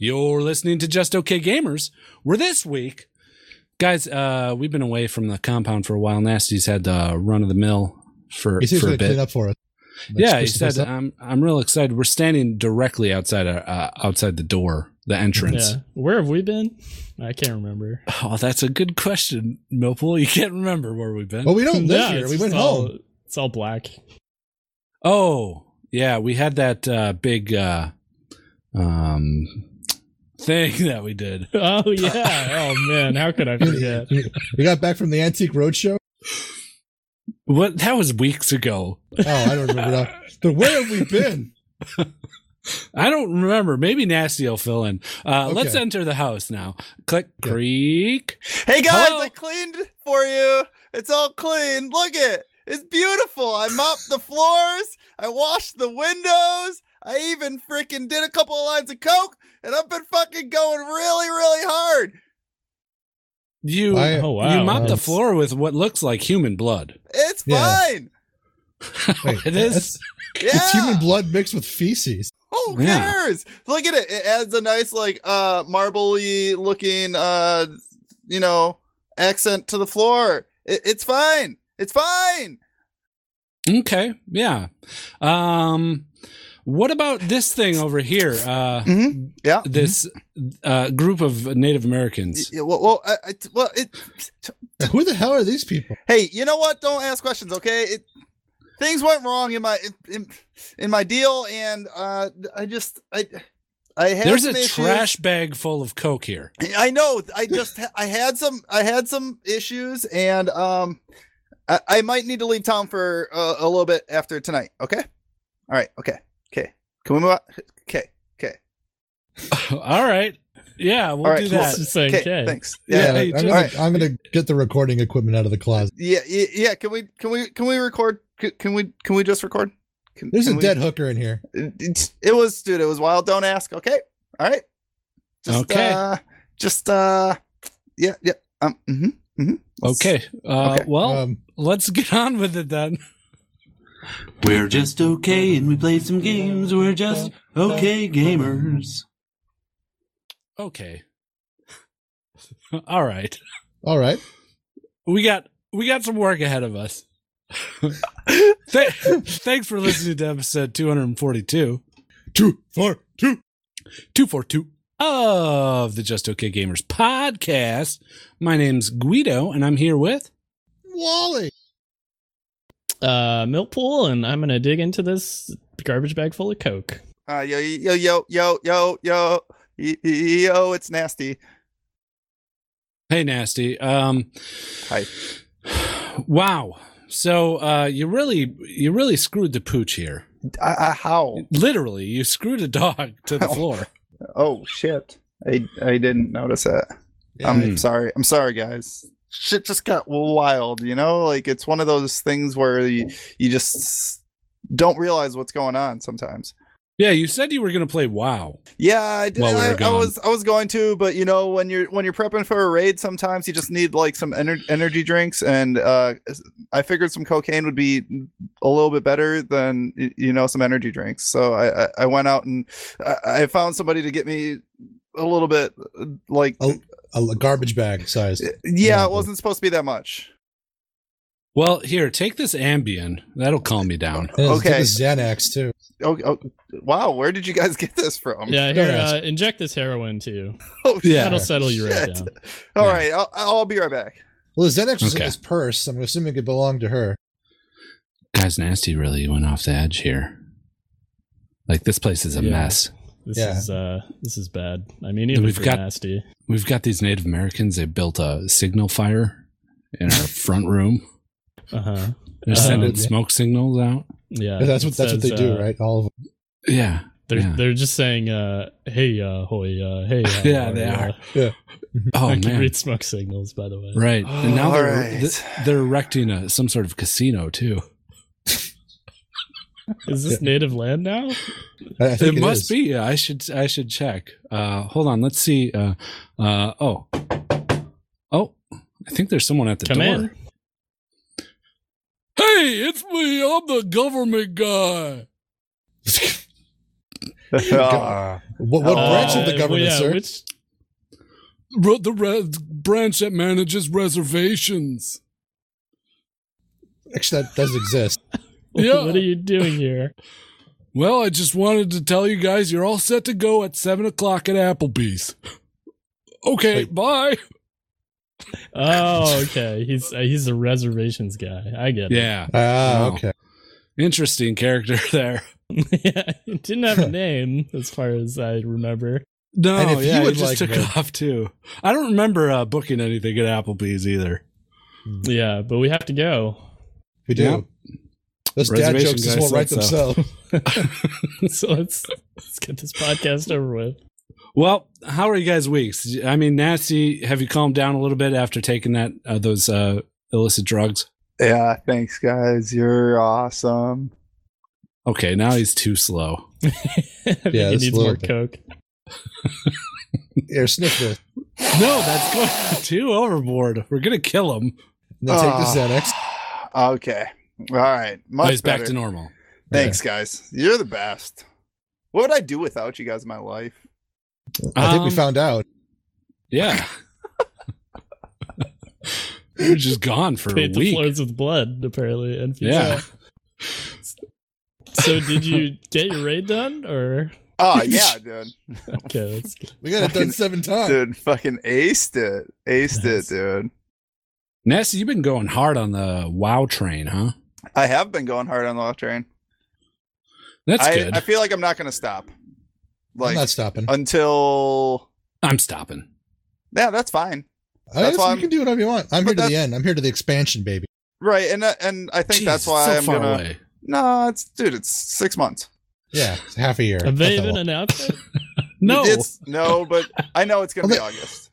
You're listening to Just Okay Gamers. We're this week, guys. Uh, we've been away from the compound for a while. Nasty's had the run of the mill for He says for he's going a to clean bit. up for us. Like, yeah, he spruce said us up. I'm. I'm real excited. We're standing directly outside our, uh, outside the door, the entrance. Yeah. Where have we been? I can't remember. Oh, that's a good question, Millpool. You can't remember where we've been. Well, we don't live Yeah, here. it's We went just all- home. It's all black. Oh, yeah, we had that uh, big uh, um, thing that we did. Uh, Oh yeah. Oh man, how could I forget? We got back from the Antique Roadshow. What? That was weeks ago. Oh, I don't remember that. But where have we been? I don't remember. Maybe Nasty will fill in. Uh, Okay. Let's enter the house now. Click, Yeah. creak. Hey guys, Hello. I cleaned for you. It's all clean. Look it. It's beautiful. I mopped the floors. I washed the windows. I even freaking did a couple of lines of coke, and I've been fucking going really, really hard. You I- Oh wow. you mop the that's- floor with what looks like human blood. It's Yeah. fine. Wait, It is. that's- Yeah. It's human blood mixed with feces. Who Yeah. cares? Look at it. It adds a nice, like, uh, marbly looking, uh, you know, accent to the floor. It- it's fine. It's fine. Okay. Yeah. Um, what about this thing over here? Uh, Mm-hmm. Yeah. this uh, group of Native Americans. Yeah, well, well, I, I, well, it, Who the hell are these people? Hey, you know what? Don't ask questions, okay? It, things went wrong in my in, in my deal, and uh, I just I I had There's a some issues. trash bag full of coke here. I know. I just ha- I had some I had some issues, and um, I, I might need to leave town for uh, a little bit after tonight. Okay. All right. Okay. Okay. Can we move on? Okay. All right. Yeah, we'll All right, do cool. that. It's just saying Okay. okay. Thanks. Yeah, Yeah, they I'm, just- gonna, I'm gonna get the recording equipment out of the closet. yeah. Yeah. Yeah. Can we? Can we? Can we record? Can, can we? Can we just record? Can, There's can a we- dead hooker in here. it, it was dude it was wild don't ask okay all right just Okay. uh just uh yeah yeah um mm-hmm, mm-hmm. Okay. Uh, Okay. Well, Um, let's get on with it then. We're just okay and we play some games. We're just okay gamers. Okay. All right. all right. We got we got some work ahead of us. Th- thanks for listening to episode 242. Two, four, two. 242 of the Just Okay Gamers podcast. My name's Guido and I'm here with Wally. Uh, Millpool, and I'm gonna dig into this garbage bag full of coke. uh yo yo yo yo yo yo y- y- yo it's nasty Hey Nasty. Um Hi. Wow. So uh you really you really screwed the pooch here. I, I how Literally, you screwed a dog to the Ow. floor. oh shit i i didn't notice it i'm Mm. sorry i'm sorry guys shit just got wild you know like it's one of those things where you, you just don't realize what's going on sometimes Yeah, you said you were going to play WoW. Yeah, I did. while we were I, I gone. was I was going to, but you know when you're when you're prepping for a raid, sometimes you just need like some ener- energy drinks, and uh, I figured some cocaine would be a little bit better than y- you know some energy drinks. So I I, I went out and I, I found somebody to get me a little bit uh, like Oh. A l- garbage bag size. yeah, yeah. it wasn't supposed to be that much. Well, here, take this Ambien. That'll calm me down. Yeah, let's Okay. get this Xanax too. Oh, oh wow, where did you guys get this from? Yeah, here, Don't ask. uh, inject this heroin too. Oh, Yeah. That'll settle you right Shit. down. All Yeah. right, I'll, I'll be right back. Well, the Xanax was Okay. in his purse. I'm assuming it belonged to her. Guys, Nasty really went off the edge here. Like, this place is a Yeah. mess. This Yeah. is uh, this is bad. I mean, even We've for got- nasty. We've got these Native Americans. They built a signal fire in our front room. Uh huh. They're Uh, sending yeah. smoke signals out. Yeah. that's it what that's what says, they do, uh, right? All of them. Yeah. They're Yeah. they're just saying, uh, hey, uh, hoy, uh, hey. Uh, Yeah, hoy, they uh, are. Yeah. Oh, I can man. read smoke signals, by the way. Right. And now they're, Alright. th- they're erecting a, some sort of casino, too. Is this native land now? I, I think It, must is. be. Yeah, I should. I should check. Uh, hold on. Let's see. Uh, uh, oh, oh. I think there's someone at the Come door. in. Hey, it's me. I'm the government guy. Ah. What, what branch of the Uh, government, yeah, sir? Which, Ro- the re- branch that manages reservations. Actually, that does exist. Yeah. What are you doing here? Well, I just wanted to tell you guys you're all set to go at 7 o'clock at Applebee's. Okay, Wait. bye. Oh, okay. He's uh, he's a reservations guy. I get it. Yeah, Ah, Wow. okay. interesting character there. yeah. It didn't have a name as far as I remember. No, And if you yeah, would he just like took to- off too. I don't remember uh, booking anything at Applebee's either. Yeah, but we have to go. We do. Yeah. Those dad Reservation jokes just guy won't write said so. themselves. so let's let's get this podcast over with. Well, how are you guys' weeks? I mean, nasty. Have you calmed down a little bit after taking that uh, those uh, illicit drugs? yeah, thanks guys. You're awesome. Okay, now he's too slow. I think Yeah, he this needs more little bit. coke. Here, sniff this. No, that's going too overboard. We're gonna kill him. Now take this Ah. Xanax. Okay. All right. But Much he's back better. to normal. Thanks, guys. You're the best. What would I do without you guys in my life? I think we Um, found out. Yeah. You're just gone for a Paint the week. floors with blood, apparently. And Yeah. So did you get your raid done, or Ah, Oh yeah, dude. okay? That's good. We got it done fucking- seven times. Dude, fucking aced it. Aced Nice. it, dude. Nasty, you've been going hard on the wow train, huh? I have been going hard on the left train. That's I, good. I feel like I'm not gonna stop. I'm Like not stopping. until I'm stopping. Yeah, that's fine. I that's guess why you I'm- can do whatever you want. I'm here to But the that's- end. I'm here to the expansion, baby. Right, and uh, and I think Jeez, that's why so I'm far gonna away. No, it's dude, it's six months. Yeah, it's half a year. Have they That's even all. announced it? No, It's no, but I know it's gonna be Okay. August.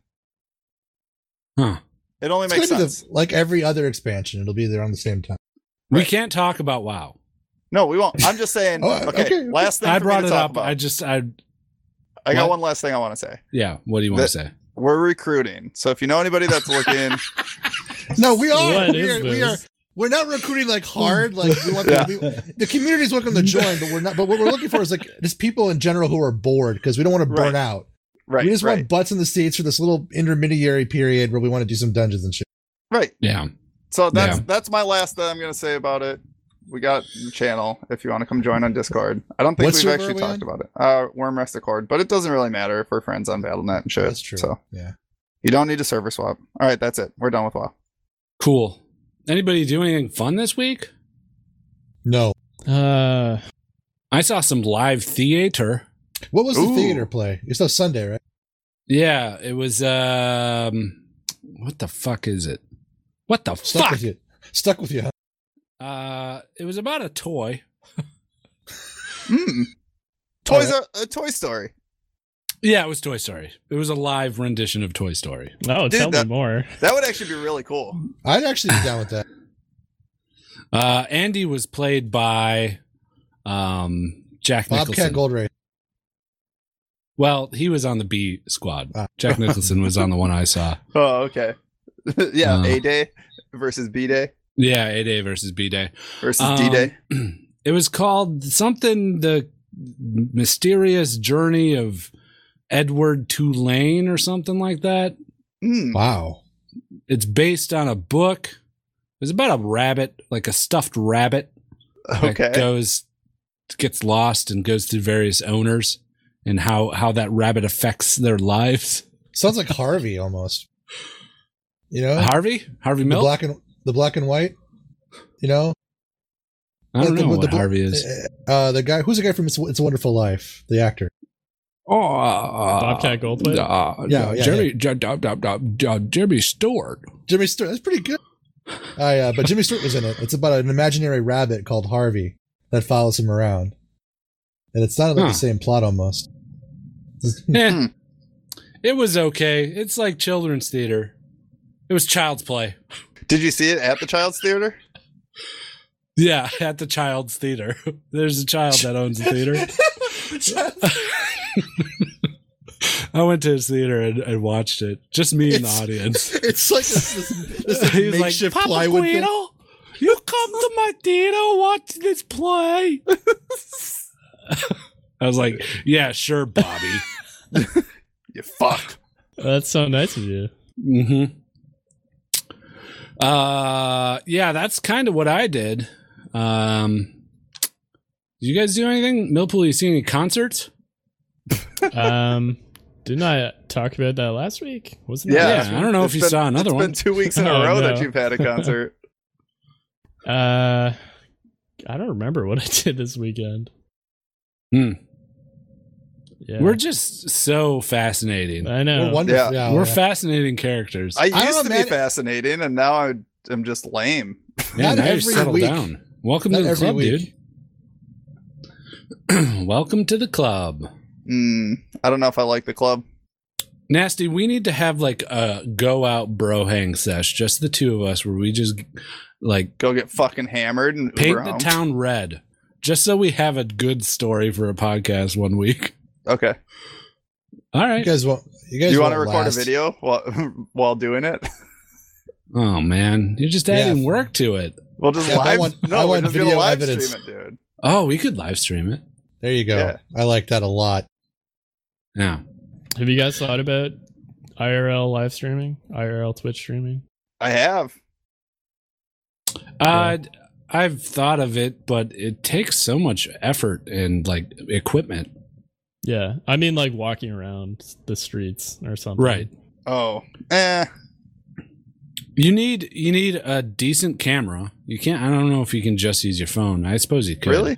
Huh. It only It's makes gonna be the- sense. like every other expansion, it'll be there on the same time. we right. can't talk about wow. No, we won't. I'm just saying Oh, okay, okay, okay. last thing I for me brought to it talk up. about. I just, I I got What? one last thing I want to say. yeah. What do you want to That- say? We're recruiting. So if you know anybody that's looking, No, we are. What we is are, we are. this? We're not recruiting like hard. Like we want the, we, the community's welcome to join, but we're not. But what we're looking for is like just people in general who are bored because we don't want to burn Right. out. right, we just right, want butts in the seats for this little intermediary period where we want to do some dungeons and shit. right. Yeah. So that's Yeah. that's my last that I'm gonna say about it. We got the channel if you want to come join on Discord. I don't think What we've server actually are we talked on? about it. Uh, Worm Rest Accord, but it doesn't really matter if we're friends on BattleNet and shit. That's true. So Yeah. you don't need a server swap. All right, that's it. We're done with WoW. Cool. Anybody do anything fun this week? No. Uh, I saw some live theater. What was the Ooh. theater play? It's was Sunday, right? Yeah, it was. um What the fuck is it? What the Stuck fuck? with you. Stuck with you. huh? Uh, it was about a toy. Mm. Toys are a uh, Toy Story. Uh, Yeah, it was Toy Story. It was a live rendition of Toy Story. oh, Dude, tell that- me more. That would actually be really cool. I'd actually be down with that. Uh, Andy was played by um, Jack Bobcat Nicholson. Goldray. Well, he was on the B squad. Ah. Jack Nicholson was on the one I saw. Oh, okay. yeah, Uh. A Day versus B Day Yeah, A Day versus B Day. versus D Day. Um, It was called something the mysterious journey of Edward Tulane or something like that. Mm. Wow. It's based on a book. It's about a rabbit, like a stuffed rabbit Okay. that goes gets lost and goes through various owners and how how that rabbit affects their lives. Sounds like Harvey almost. You know, Harvey? Harvey the Milk? black and the black and white. You know, I don't the- know the- what the- Harvey is. uh, the guy who's the guy from It's, it's a Wonderful Life, the actor. Oh, uh, Bobcat Goldthwait? Uh, Yeah, uh, yeah, Jeremy, J- d- d- d- d- Jeremy Stewart. Jimmy Stewart. That's pretty good. I uh, but Jimmy Stewart was in it. It's about an imaginary rabbit called Harvey that follows him around, and it's not like Huh. the same plot almost. Eh, it was okay. It's like children's theater. It was child's play. Did you see it at the Child's Theater? Yeah, at the child's theater. There's a child that owns a theater. I went to his theater and, and watched it. Just me in the It's- audience. it's like this, this, this like, He was makeshift Papa plywood thing. Guido, you come to my theater, watch this play. I was like, yeah, sure, Bobby. You fucked. That's so nice of you. hmm Uh, yeah, that's kind of what I did. Um, did you guys do anything? Millpool, you see any concerts? Um, didn't I talk about that last week? Wasn't Yeah. that I don't know if It's you been- saw another It's one. been two weeks in a Oh, row no. that you've had a concert. Uh, I don't remember what I did this weekend. Hmm. Yeah, We're just so fascinating. I know. We're wonderful. Yeah. Yeah, We're yeah. fascinating characters. I used don't to imagine- be fascinating, and now I, I'm just lame. yeah, not now you're every settled week. down. Welcome Not to the every club, week. dude. Welcome to the club. Mm, I don't know if I like the club. Nasty, we need to have like a go out bro hang sesh, just the two of us, where we just like Go get fucking hammered and paint Uber the home. town red, just so we have a good story for a podcast one week. Okay. All You right. guys won't. You Do guys you want to record a video while while doing it? Oh man, you're just Yeah. adding work to it. We'll just Yeah, I live. want- no, I we're want just gonna video live evidence. stream it, dude. Oh, we could live stream it. There you go. Yeah. I like that a lot. Yeah. Have you guys thought about IRL live streaming, IRL Twitch streaming? I have. Uh, I've thought of it, but it takes so much effort and like equipment. Yeah, I mean like walking around the streets or something. Right. Oh, eh. You need you need a decent camera. You can't. I don't know if you can just use your phone. I suppose you could. Really?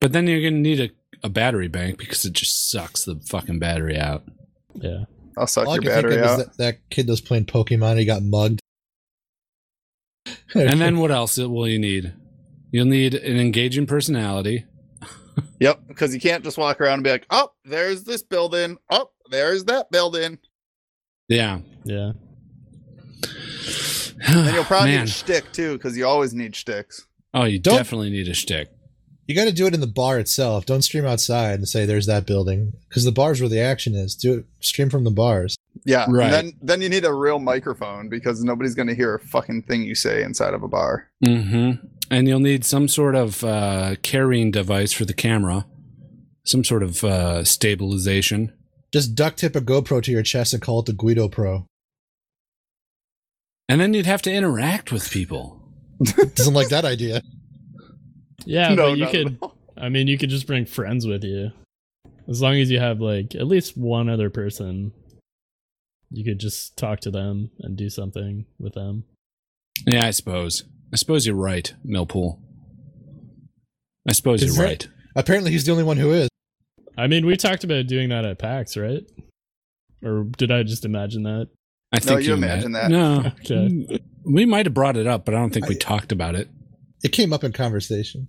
But then you're gonna need a, a battery bank because it just sucks the fucking battery out. Yeah. I'll suck All I your can think of battery is out. that, that kid that was playing Pokemon. He got mugged. And then what else will you need? You'll need an engaging personality. Yep, because you can't just walk around and be like, "Oh, there's this building. Oh, there's that building." Yeah. Yeah. And you'll probably Man. need shtick too, because you always need shticks. Oh, you Don't- definitely need a shtick. You got to do it in the bar itself. Don't stream outside and say there's that building because the bar's where the action is. Do it stream from the bars. Yeah. Right. Uh, And then then you need a real microphone because nobody's gonna hear a fucking thing you say inside of a bar. Mm-hmm. And you'll need some sort of uh, carrying device for the camera, some sort of uh, stabilization. Just duct tape a GoPro to your chest and call it the Guido Pro. And then you'd have to interact with people. Doesn't like that idea. Yeah, no, but you not at could. all. I mean, you could just bring friends with you, as long as you have like at least one other person. You could just talk to them and do something with them. Yeah, I suppose. I suppose you're right, Millpool. I suppose Is you're that- right. Apparently, he's the only one who is. I mean, we talked about doing that at PAX, right? Or did I just imagine that? I think you imagine ma- that. No. Mm. Okay. We might have brought it up, but I don't think we I- talked about it. It came up in conversation.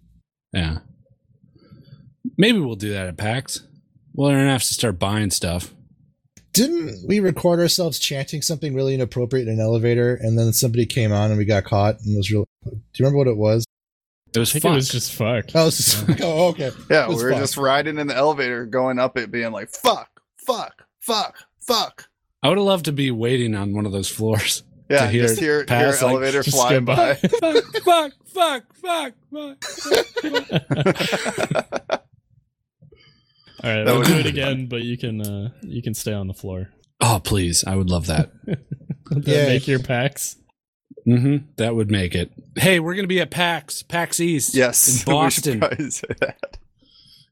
Yeah. Maybe we'll do that at PAX. We'll don't have to start buying stuff. Didn't we record ourselves chanting something really inappropriate in an elevator, and then somebody came on and we got caught and it was real? Do you remember what it was? It was I think fun. it was just fuck. Oh, it's just- oh, okay. Yeah, we It's were fun. just riding in the elevator, going up it, being like, "Fuck, fuck, fuck, fuck." I would have loved to be waiting on one of those floors. Yeah, To hear just hear, hear pass, like, elevator just fly go by. by. fuck, fuck, fuck, fuck, fuck. All right, That we'll would- do it again, but you can uh you can stay on the floor. Oh, please. I would love that. Yeah. Make your packs. hmm That would make it. Hey, we're going to be at PAX, PAX East. Yes, In we should Boston. probably say that.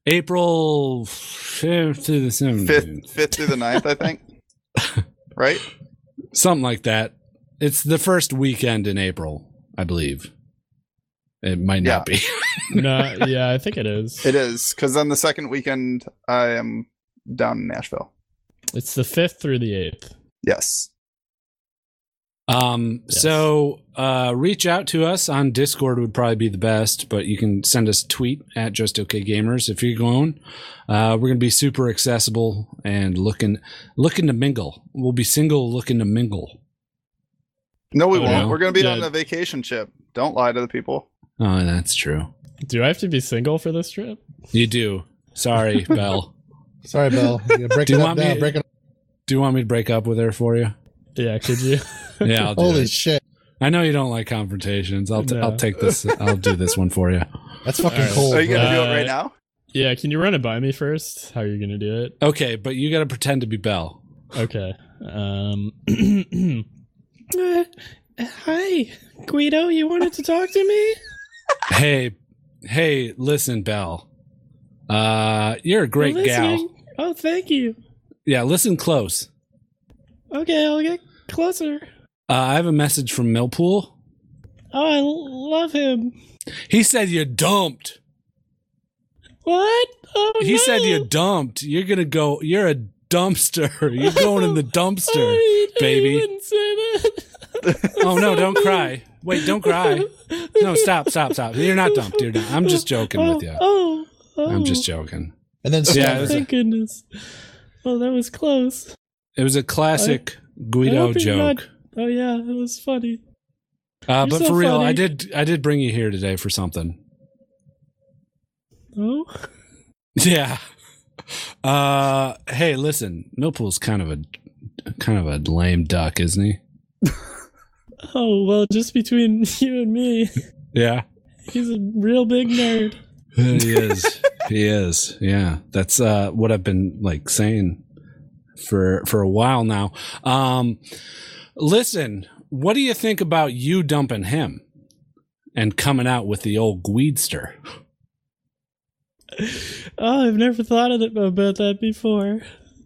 April 5th to the 7th. Fifth, fifth through the ninth, I think. right? Something like that. It's the first weekend in April, I believe. It might not be. No, yeah, I think it is. It is because then the second weekend I am down in Nashville. It's the fifth through the eighth. Yes. Um, Yes. so uh, reach out to us on Discord would probably be the best, but you can send us a tweet at just okay gamers if you're going. Uh, we're gonna be super accessible and looking looking to mingle. We'll be single looking to mingle. No, we Oh, won't. no. We're gonna be Yeah. on a vacation ship. Don't lie to the people. Oh, that's true. Do I have to be single for this trip? You do. Sorry, Belle. Sorry, Bell. Break Do it you up want me- now. Break it up. Do you want me to break up with her for you? Yeah, could you? Yeah, I'll do Holy it. shit. I know you don't like confrontations. I'll t- No. I'll take this. I'll do this one for you. That's fucking All right. cold. Are you bro. gonna do it Uh, right now? Yeah, can you run it by me first? How you're gonna do it? Okay, but you got to pretend to be Belle. Okay. Um. Uh, hi, Guido. You wanted to talk to me? Hey, hey, listen, Belle. Uh, you're a great You're gal. listening? Oh, thank you. Yeah, listen close. Okay, I'll get closer. Uh, I have a message from Millpool. Oh, I l- love him. He said you dumped. What? Oh, He no. said you dumped. You're gonna go. You're a dumpster. You're going in the dumpster. Oh, he- baby. He wouldn't say that. Oh no! Don't cry. Wait, don't cry. No, stop, stop, stop. You're not dumped. You're not. I'm just joking oh, with you. Oh, oh. I'm just joking. And then Yeah, it yeah, was Thank goodness. Oh, that was close. It was a classic I Guido hope you're joke. not- oh yeah, it was funny. Uh, You're but so for real, I funny. did I did bring you here today for something. Oh, Yeah. Uh, hey, listen, Millpool's kind of a kind of a lame duck, isn't he? oh well, just between you and me, Yeah, he's a real big nerd. he is. he is. Yeah, that's uh what I've been like saying for for a while now. Um, listen, what do you think about you dumping him and coming out with the old Gweedster? Oh, I've never thought of that, about that before.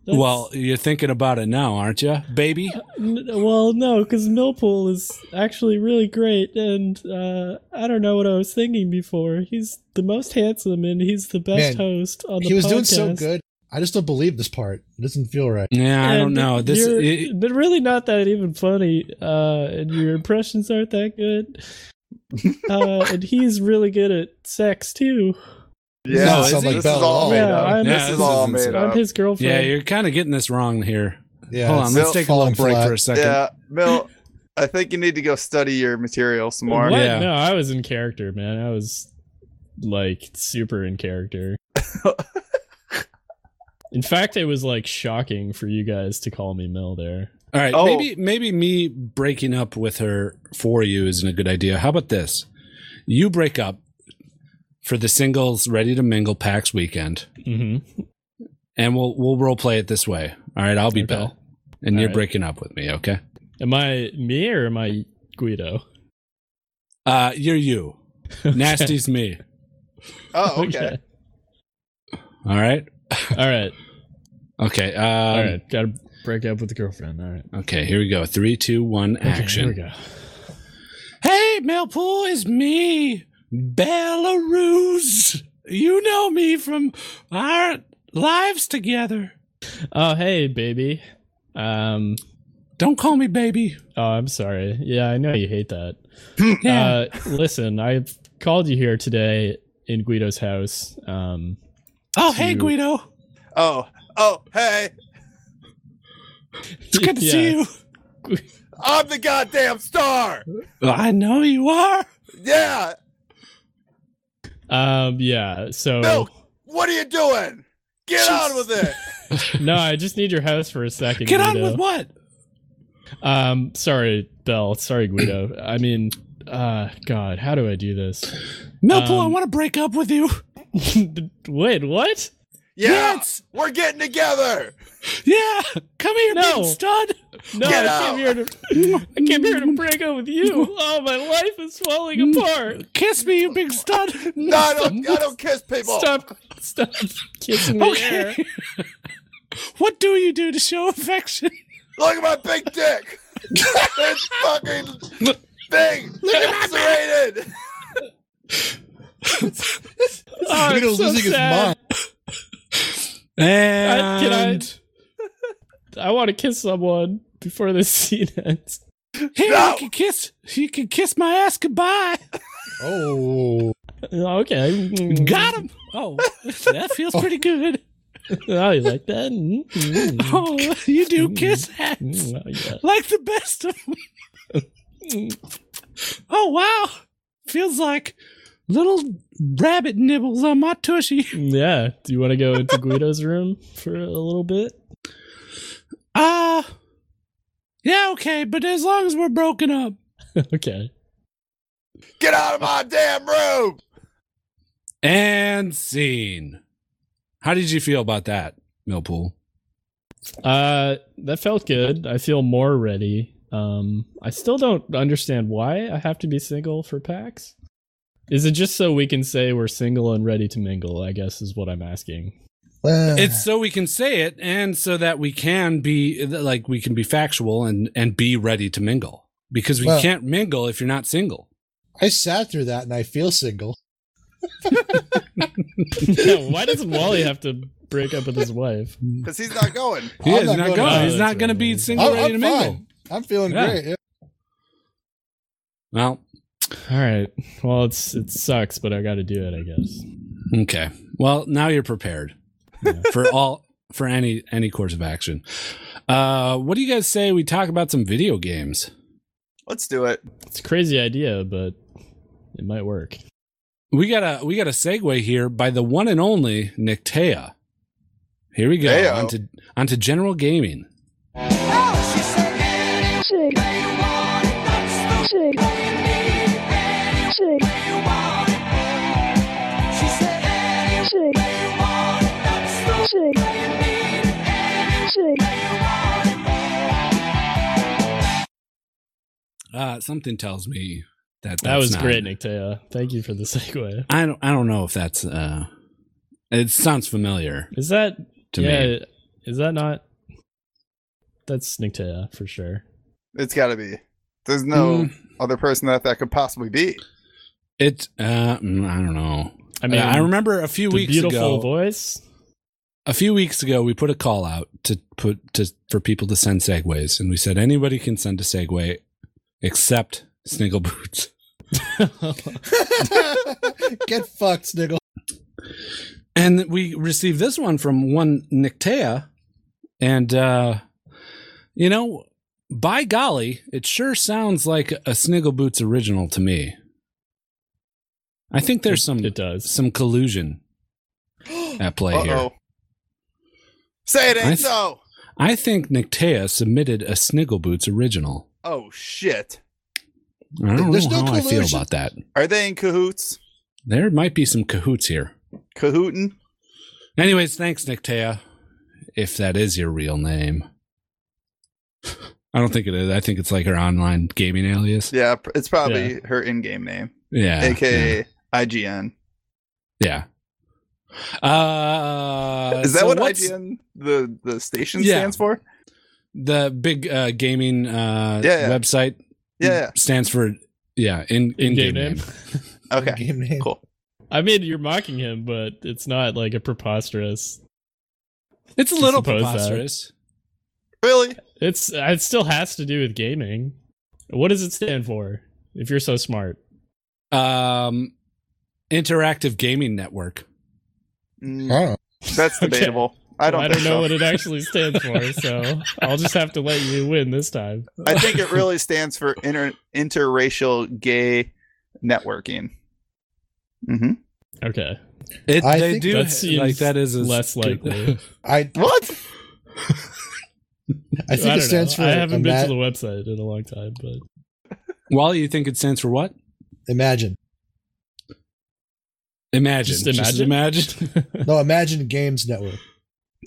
That's- Well, you're thinking about it now, aren't you, baby? N- well, no, because Millpool is actually really great, and uh, I don't know what I was thinking before. He's the most handsome, and he's the best Man, host on the he was podcast. doing so good. I just don't believe this part. It doesn't feel right. Yeah, I don't And know. This you're- it, but really not that even funny, uh, and your impressions aren't that good. uh, and he's really good at sex too. Yeah, No, this, it's- this it's- is all made Yeah, I up. know. This Yeah, is this all is made insane. up. I'm his girlfriend. yeah, you're kind of getting this wrong here. Yeah, Hold on, it's- let's Bill take a little falling break flat. for a second. Yeah, Mill, I think you need to go study your material some more. What? Yeah. No, I was in character, man. I was like super in character. in fact, it was like shocking for you guys to call me Mill there. All right, Oh. maybe maybe me breaking up with her for you isn't a good idea. How about this? You break up for the singles ready to mingle PAX weekend, hmm and we'll we'll role play it this way. All right, I'll be Okay. Belle, and All you're right. breaking up with me. Okay, Am I me or am I Guido? uh, you're you. Nasty's me. Oh, okay. Okay. All right. All right. Okay. Um, All right. Got to break up with the girlfriend. All right. Okay. Here we go. Three, two, one. Okay, Action. here we go. Hey, Millpool, it's me, Belarus. You know me from our lives together. Oh, hey, baby. Um. Don't call me baby. Oh, I'm sorry. Yeah, I know you hate that. Yeah. Uh, listen, I called you here today in Guido's house. Um, oh, hey, you- Guido. Oh, oh, hey, It's good to see you. I'm the goddamn star. I know you are. Yeah. Um, yeah. So No. What are you doing? Get on with it. no, I just need your house for a second. Get on Guido. with what? Um, sorry, Bell. Sorry, Guido. I mean, uh, God, how do I do this? Millpool, I Um, want to break up with you. Wait, what? Yeah. Yes. We're getting together. Yeah. Come here, No. big stud. No, Get I out. came here to I came here to break up with you. Oh, my life is falling apart. Kiss me, you big stud. No, I don't. I don't kiss people. Stop, stop kissing the air. Okay. what do you do to show affection? Look at my big dick. it's fucking big. Serrated. Oh, I'm Guido's so losing his sad. mind. And I- can I- I want to kiss someone before this scene ends. Hey, No! you can kiss. You can kiss my ass goodbye. Oh, Okay. Got him. Oh, that feels pretty good. Oh, you like that? Mm-hmm. Oh, Oh, you do kiss ass like the best of 'em. Mm-hmm. Oh wow, feels like little rabbit nibbles on my tushy. yeah. Do you want to go into Guido's room for a little bit? Ah, uh, yeah, okay, but as long as we're broken up. Okay. Get out of my damn room. And scene. How did you feel about that, Millpool? Uh, that felt good. I feel more ready. Um, I still don't understand why I have to be single for PAX. Is it just so we can say we're single and ready to mingle? I guess is what I'm asking. Uh, Well, It's so we can say it, and so that we can be like we can be factual and and be ready to mingle because we Well- can't mingle if you're not single. I sat through that and I feel single. why doesn't Wally have to break up with his wife? because he's not going. He I'm is not not going going. out. He's That's not what I going Oh, to be mean. single, I'm, ready to Oh, I'm mingle. fine. I'm feeling Mm. Yeah. great. yeah. Well, All right. Well, it's it sucks, but I got to do it. I guess. Okay. Well, now you're prepared for all for any any course of action. Uh, what do you guys say we talk about some video games? Let's do it. It's a crazy idea, but it might work. We got a we got a segue here by the one and only Nictea. Here we go Heyo. onto onto general gaming. Sick. Sick. Sick. Sick. Sick. Sick. Uh, something tells me that that's that was not- great, Nictea. Thank you for the segue. I don't I don't know if that's uh, it sounds familiar Is that to yeah? me. Is that not? That's Nictea for sure. It's got to be. There's no Mm, other person that that could possibly be. it uh, mm, I don't know. I mean, I remember a few the weeks beautiful ago. voice. a few weeks ago we put a call out to put to for people to send segues and we said anybody can send a segue except sniggle boots Get fucked, Sniggle. and we received this one from one nictea and uh you know by golly it sure sounds like a sniggle boots original to me i think there's some It does. some collusion at play Uh here oh. Say it ain't I th- so. i think nictea submitted a sniggle boots original Oh shit. i don't There's know no how i feel collusion. about that Are they in cahoots? There might be some cahoots here. Cahootin? Anyways, thanks, Nictea. If that is your real name. I don't think it is. I think it's like her online gaming alias. Yeah, pr- it's probably her in-game name, Yeah. aka IGN. Yeah. Uh, Is that so what what's IGN the the station Yeah. stands for? The big uh, gaming uh, Yeah, yeah. website Yeah. stands for, yeah, in, in In-game game name. name. yeah. Okay. Game name. Cool. I mean, you're mocking him, but it's not like a preposterous. It's a little suppose that. preposterous. Really? It's it still has to do with gaming. What does it stand for? If you're so smart, Um, Interactive Gaming Network. Mm, Oh. that's Okay. debatable. I don't. I think don't know so. what it actually stands for, so I'll just have to let you win this time. I think it really stands for inter interracial gay networking. hmm Okay, It, I they think do that seems like that is a less likely. I What? I think don't it stands know. for I haven't been ima- to the website in a long time, but Wally, you think it stands for what? imagine. Imagine. Just imagine? No, Imagine Games Network.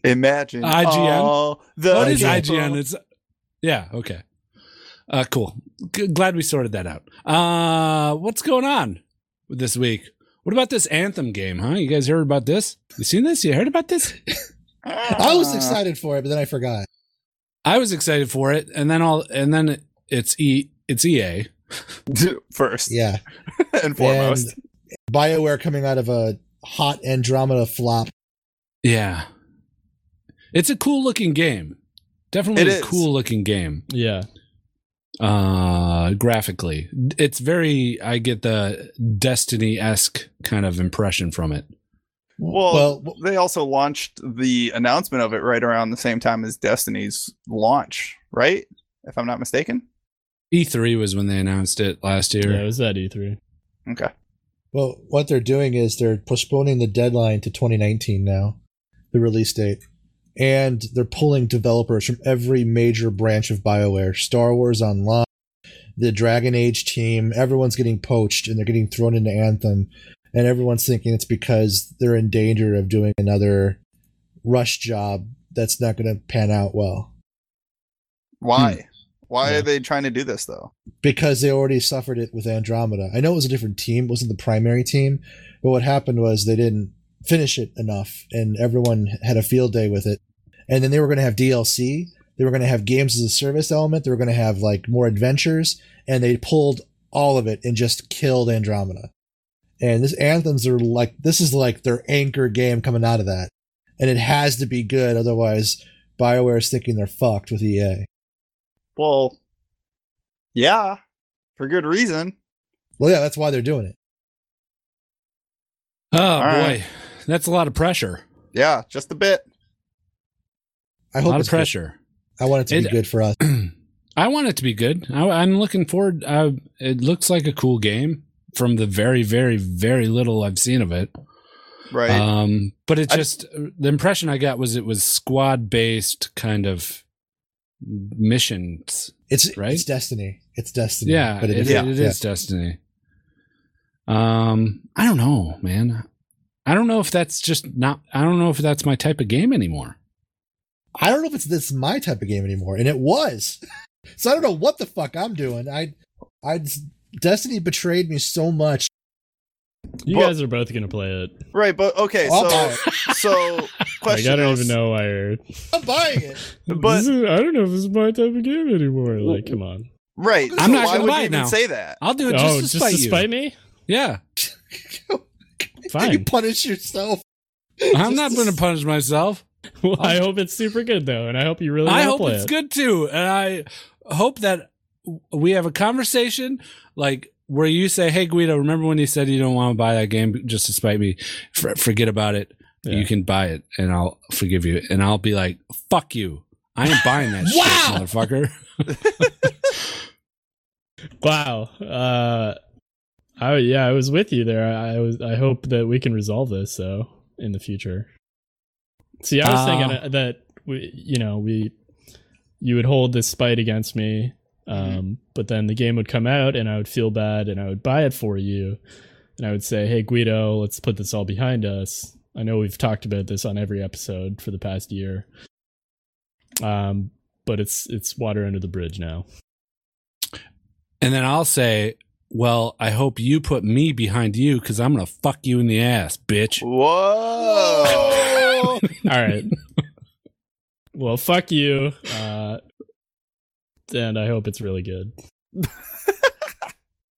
Imagine IGN? all the what is people- IGN? It's yeah, okay. Uh, cool. G- glad we sorted that out. Uh, what's going on this week? What about this Anthem game, huh? You guys heard about this? You seen this? You heard about this? I was Ah. excited for it, but then I forgot. I was excited for it, and then all, and then it, it's e, it's EA. first Yeah. and foremost. And BioWare coming out of a hot Andromeda flop. Yeah, it's a cool looking game. Definitely It a is. cool looking game. yeah, uh graphically it's very i get the destiny-esque kind of impression from it Well, Well, they also launched the announcement of it right around the same time as Destiny's launch, right? If I'm not mistaken. e3 E was when they announced it last year yeah, it was E that E3. Okay. Well, what they're doing is they're postponing the deadline to 2019 now, the release date. And they're pulling developers from every major branch of BioWare Star Wars Online, the Dragon Age team. Everyone's getting poached and they're getting thrown into Anthem. And everyone's thinking it's because they're in danger of doing another rush job that's not going to pan out well Why? Hmm. Why Yeah. are they trying to do this though? because they already suffered it with Andromeda. I know it was a different team, it wasn't the primary team, but what happened was they didn't finish it enough, and everyone had a field day with it. And then they were going to have DLC, they were going to have games as a service element, they were going to have like more adventures, and they pulled all of it and just killed Andromeda. And this anthems are like this is like their anchor game coming out of that, and it has to be good, otherwise Bioware is thinking they're fucked with E EA. Well, yeah, for good reason. Well, yeah, that's why they're doing it. Oh boy, right. that's a lot of pressure. Yeah, just a bit. I A hope lot of it's good. pressure. I want it to It- be good for us. I want it to be good. I, I'm looking forward. I, it looks like a cool game from the very, very, very little I've seen of it. Right. Um, but it I- just the impression I got was it was squad based kind of missions. It's Right? It's Destiny. It's Destiny. Yeah, Mm-hmm. but it, it, yeah. it is Destiny. Um, I don't know, man. I don't know if that's just not. I don't know if that's my type of game anymore. I don't know if it's this my type of game anymore, and it was. so I don't know what the fuck I'm doing. I, I Destiny betrayed me so much. You Well- guys are both gonna play it. right, but okay, I'll buy so so Like, question I don't is- even know why. You're, I'm buying it. But- This is- I don't know if this is my type of game anymore. Like, come on. Right. I'm so not why gonna would buy you it even now. say that? I'll do it just oh, to just spite to you. spite me? Yeah, you Fine. punish yourself. I'm not going to punish myself. Well, I hope it's super good though, and I hope you really. I wanna hope play it's it. good too, and I hope that w- we have a conversation like where you say, "Hey Guido, remember when you said you don't want to buy that game just to spite me? For, forget about it. Yeah. You can buy it, and I'll forgive you." And I'll be like, "Fuck you! I ain't buying that Wow. shit, motherfucker." Wow. Uh, I yeah, I was with you there. I, I was. I hope that we can resolve this though in the future. See, I was Uh. thinking that we, you know, we, you would hold this spite against me, um, but then the game would come out, and I would feel bad, and I would buy it for you, and I would say, "Hey, Guido, let's put this all behind us." I know we've talked about this on every episode for the past year, um, but it's it's water under the bridge now. And then I'll say, "Well, I hope you put me behind you because I'm gonna fuck you in the ass, bitch." Whoa. All right. well, fuck you. Uh, and I hope it's really good.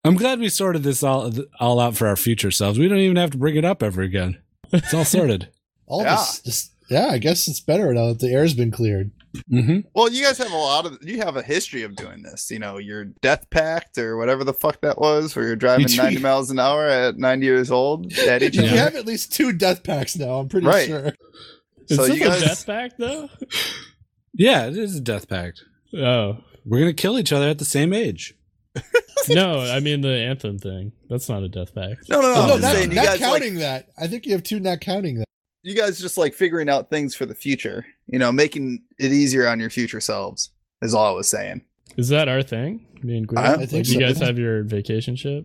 I'm glad we sorted this all all out for our future selves. We don't even have to bring it up ever again. It's all sorted. All Yeah. this, this. Yeah, I guess it's better now that the air's been cleared. hmm Well, you guys have a lot of you have a history of doing this. You know, your death pact or whatever the fuck that was, where you're driving Between- 90 miles an hour at 90 years old at each You Yeah. other. have at least two death packs now. I'm pretty Right. sure. Is So this you a guys- death pact though? Yeah, it is a death pact. Oh We're gonna kill each other at the same age. no! I mean the anthem thing. That's not a death pact. No, no, no. Oh, I'm no, just not, saying you not guys like counting that. I think you have two not counting that. you guys just like figuring out things for the future. You know, making it easier on your future selves is all I was saying. Is that our thing? Me and Gwen. I think Like, you so. guys have your vacation ship.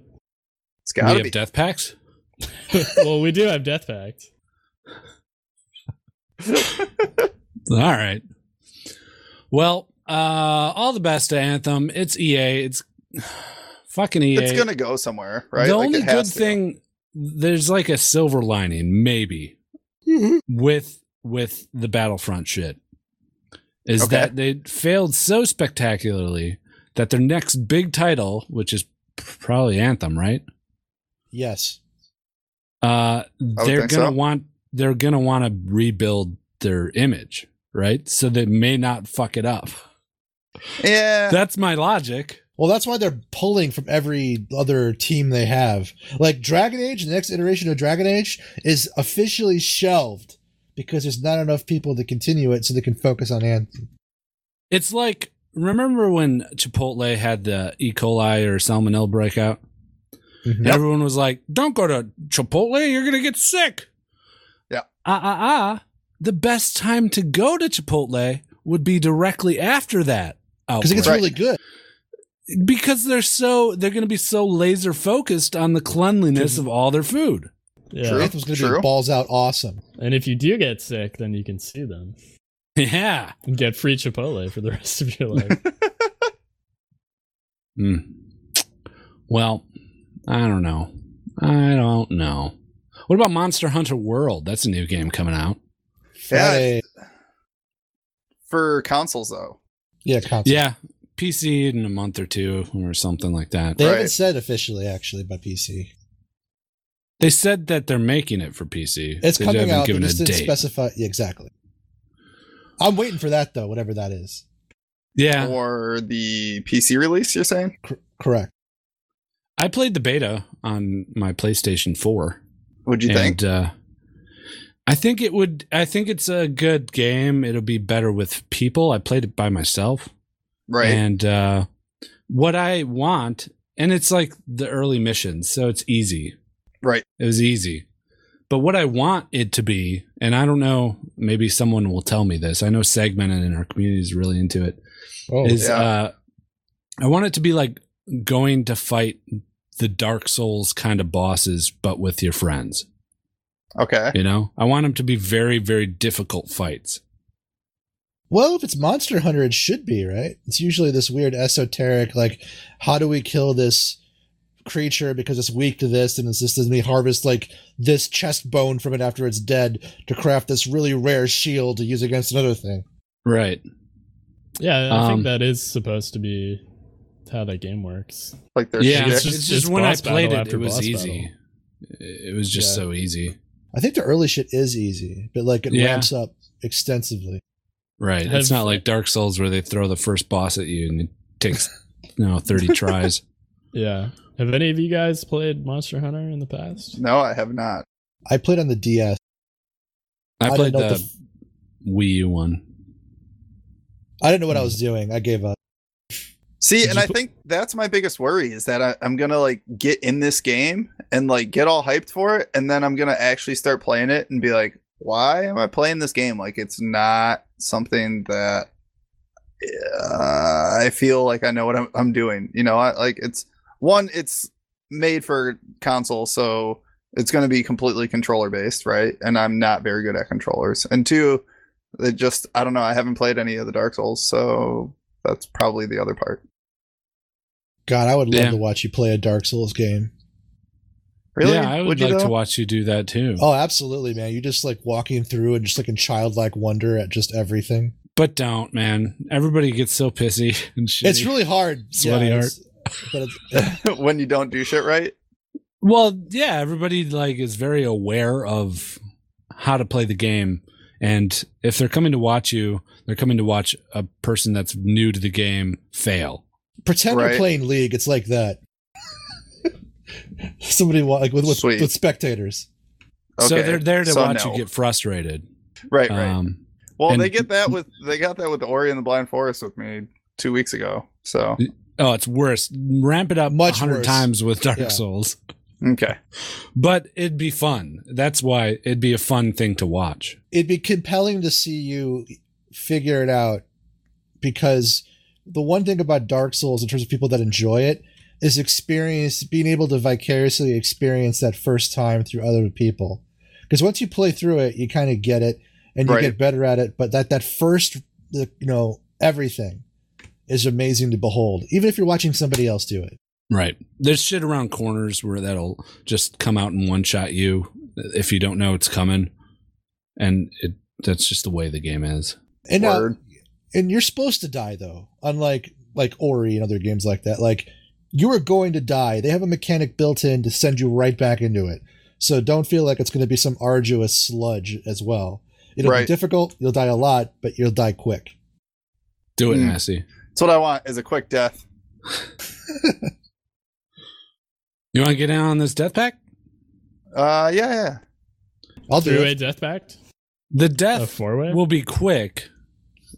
It's we gotta have be. death pacts. well, we do have death pact. All right. Well, uh, all the best to Anthem. It's EA. It's fucking E EA. It's gonna go somewhere, right? The Like, only it good has to. thing there's like a silver lining, maybe, Mm-hmm. with with the Battlefront shit, is Okay. that they failed so spectacularly that their next big title, which is probably Anthem, right? Yes. Uh, they're think gonna so. want they're gonna want to rebuild their image, right? So they may not fuck it up. Yeah. That's my logic. Well, that's why they're pulling from every other team they have. Like Dragon Age, the next iteration of Dragon Age is officially shelved because there's not enough people to continue it so they can focus on Anthem. It's like remember when Chipotle had the E. coli or salmonella breakout? Mm-hmm. Mhm. And everyone was like, "Don't go to Chipotle. You're gonna get sick." Yeah. Ah ah ah. The best time to go to Chipotle would be directly after that. Because it gets outbreak. really good. because they're so they're going to be so laser focused on the cleanliness of all their food. Yeah. True. Anthem's going to be true. balls out awesome. And if you do get sick, then you can see them Yeah. and get free Chipotle for the rest of your life. Hmm. Well, I don't know. I don't know. What about Monster Hunter World? That's a new game coming out. Yeah, Friday- for consoles though. yeah, console. Yeah, PC in a month or two or something like that. They Right. haven't said officially, actually, by PC. They said that they're making it for PC. It's they coming haven't out. They given a just didn't date. specify yeah, exactly. I'm waiting for that though, whatever that is. yeah, Or the PC release, you're saying? Cor- correct. I played the beta on my PlayStation 4. Would you and think? uh, I think it would. I think it's a good game. It'll be better with people. I played it by myself, Right. and uh, what I want, and it's like the early missions, so it's easy. Right. It was easy, but what I want it to be, and I don't know. Maybe someone will tell me this. I know Segment in our community is really into it Oh, is yeah. uh I want it to be like going to fight the Dark Souls kind of bosses but with your friends, okay. you know? I want them to be very very difficult fights. well, if it's Monster Hunter, it should be right. It's usually this weird esoteric, like, how do we kill this creature because it's weak to this, and it's this, and we harvest like this chest bone from it after it's dead to craft this really rare shield to use against another thing. Right. yeah, I Um, think that is supposed to be how that game works. Like there's yeah, it's it's shit. just, just- it's when I boss played battle it it after was boss easy. It was just Yeah. so easy. I think the early shit is easy, but like it Yeah. ramps up extensively. Right. it's Have- not like Dark Souls where they throw the first boss at you and it takes you know 30 tries. Yeah. Have any of you guys played Monster Hunter in the past? no, I have not. I played on the DS. I don't played know the, what the Wii U one. Hmm. I didn't know what I was doing. I gave up. See, Did and you I pl- think that's my biggest worry is that I, I'm gonna like get in this game and like get all hyped for it, and then I'm gonna actually start playing it and be like, why am I playing this game? Like it's not something that uh, I feel like I know what I'm, I'm doing. You know, I like it's one, it's made for console, so it's gonna be completely controller based, right? And I'm not very good at controllers. And two, it just I don't know, I haven't played any of the Dark Souls, so that's probably the other part. God, I would love Yeah. to watch you play a Dark Souls game. Really? Yeah, I would, you like to though? watch you do that too. Oh, absolutely, man. You just like walking through and just like in childlike wonder at just everything. But don't, man. Everybody gets so pissy and shit. It's really hard. Sweaty it's- But it's, when you don't do shit right. Well, yeah, everybody like is very aware of how to play the game, and if they're coming to watch you, they're coming to watch a person that's new to the game fail. pretend Right. you're playing League. It's like that. Somebody wa- like with with, Sweet. with spectators. So Okay, they're there to so watch no. you get frustrated. Right, right. Um, well, and- they get that with they got that with Ori and the Blind Forest with me two weeks ago. So oh, it's worse. Ramp it up Much much hundred worse. times with Dark Yeah. Souls, okay, but it'd be fun. That's why it'd be a fun thing to watch. It'd be compelling to see you figure it out because the one thing about Dark Souls in terms of people that enjoy it is experience being able to vicariously experience that first time through other people. Because once you play through it, you kind of get it and you Right. get better at it. But that that first, you know, everything is amazing to behold, even if you're watching somebody else do it. Right. There's shit around corners where that'll just come out and one shot you if you don't know it's coming. And it that's just the way the game is. And now- Word. and you're supposed to die though, unlike like Ori and other games like that. Like you are going to die. They have a mechanic built in to send you right back into it. So don't feel like it's going to be some arduous sludge as well. It'll Right. be difficult. You'll die a lot, but you'll die quick. Do it, Hmm. Massey. that's what I want is a quick death. You want to get in on this death pack? Uh, yeah, yeah. I'll do Three way it. death pact? The A death four way? will be quick.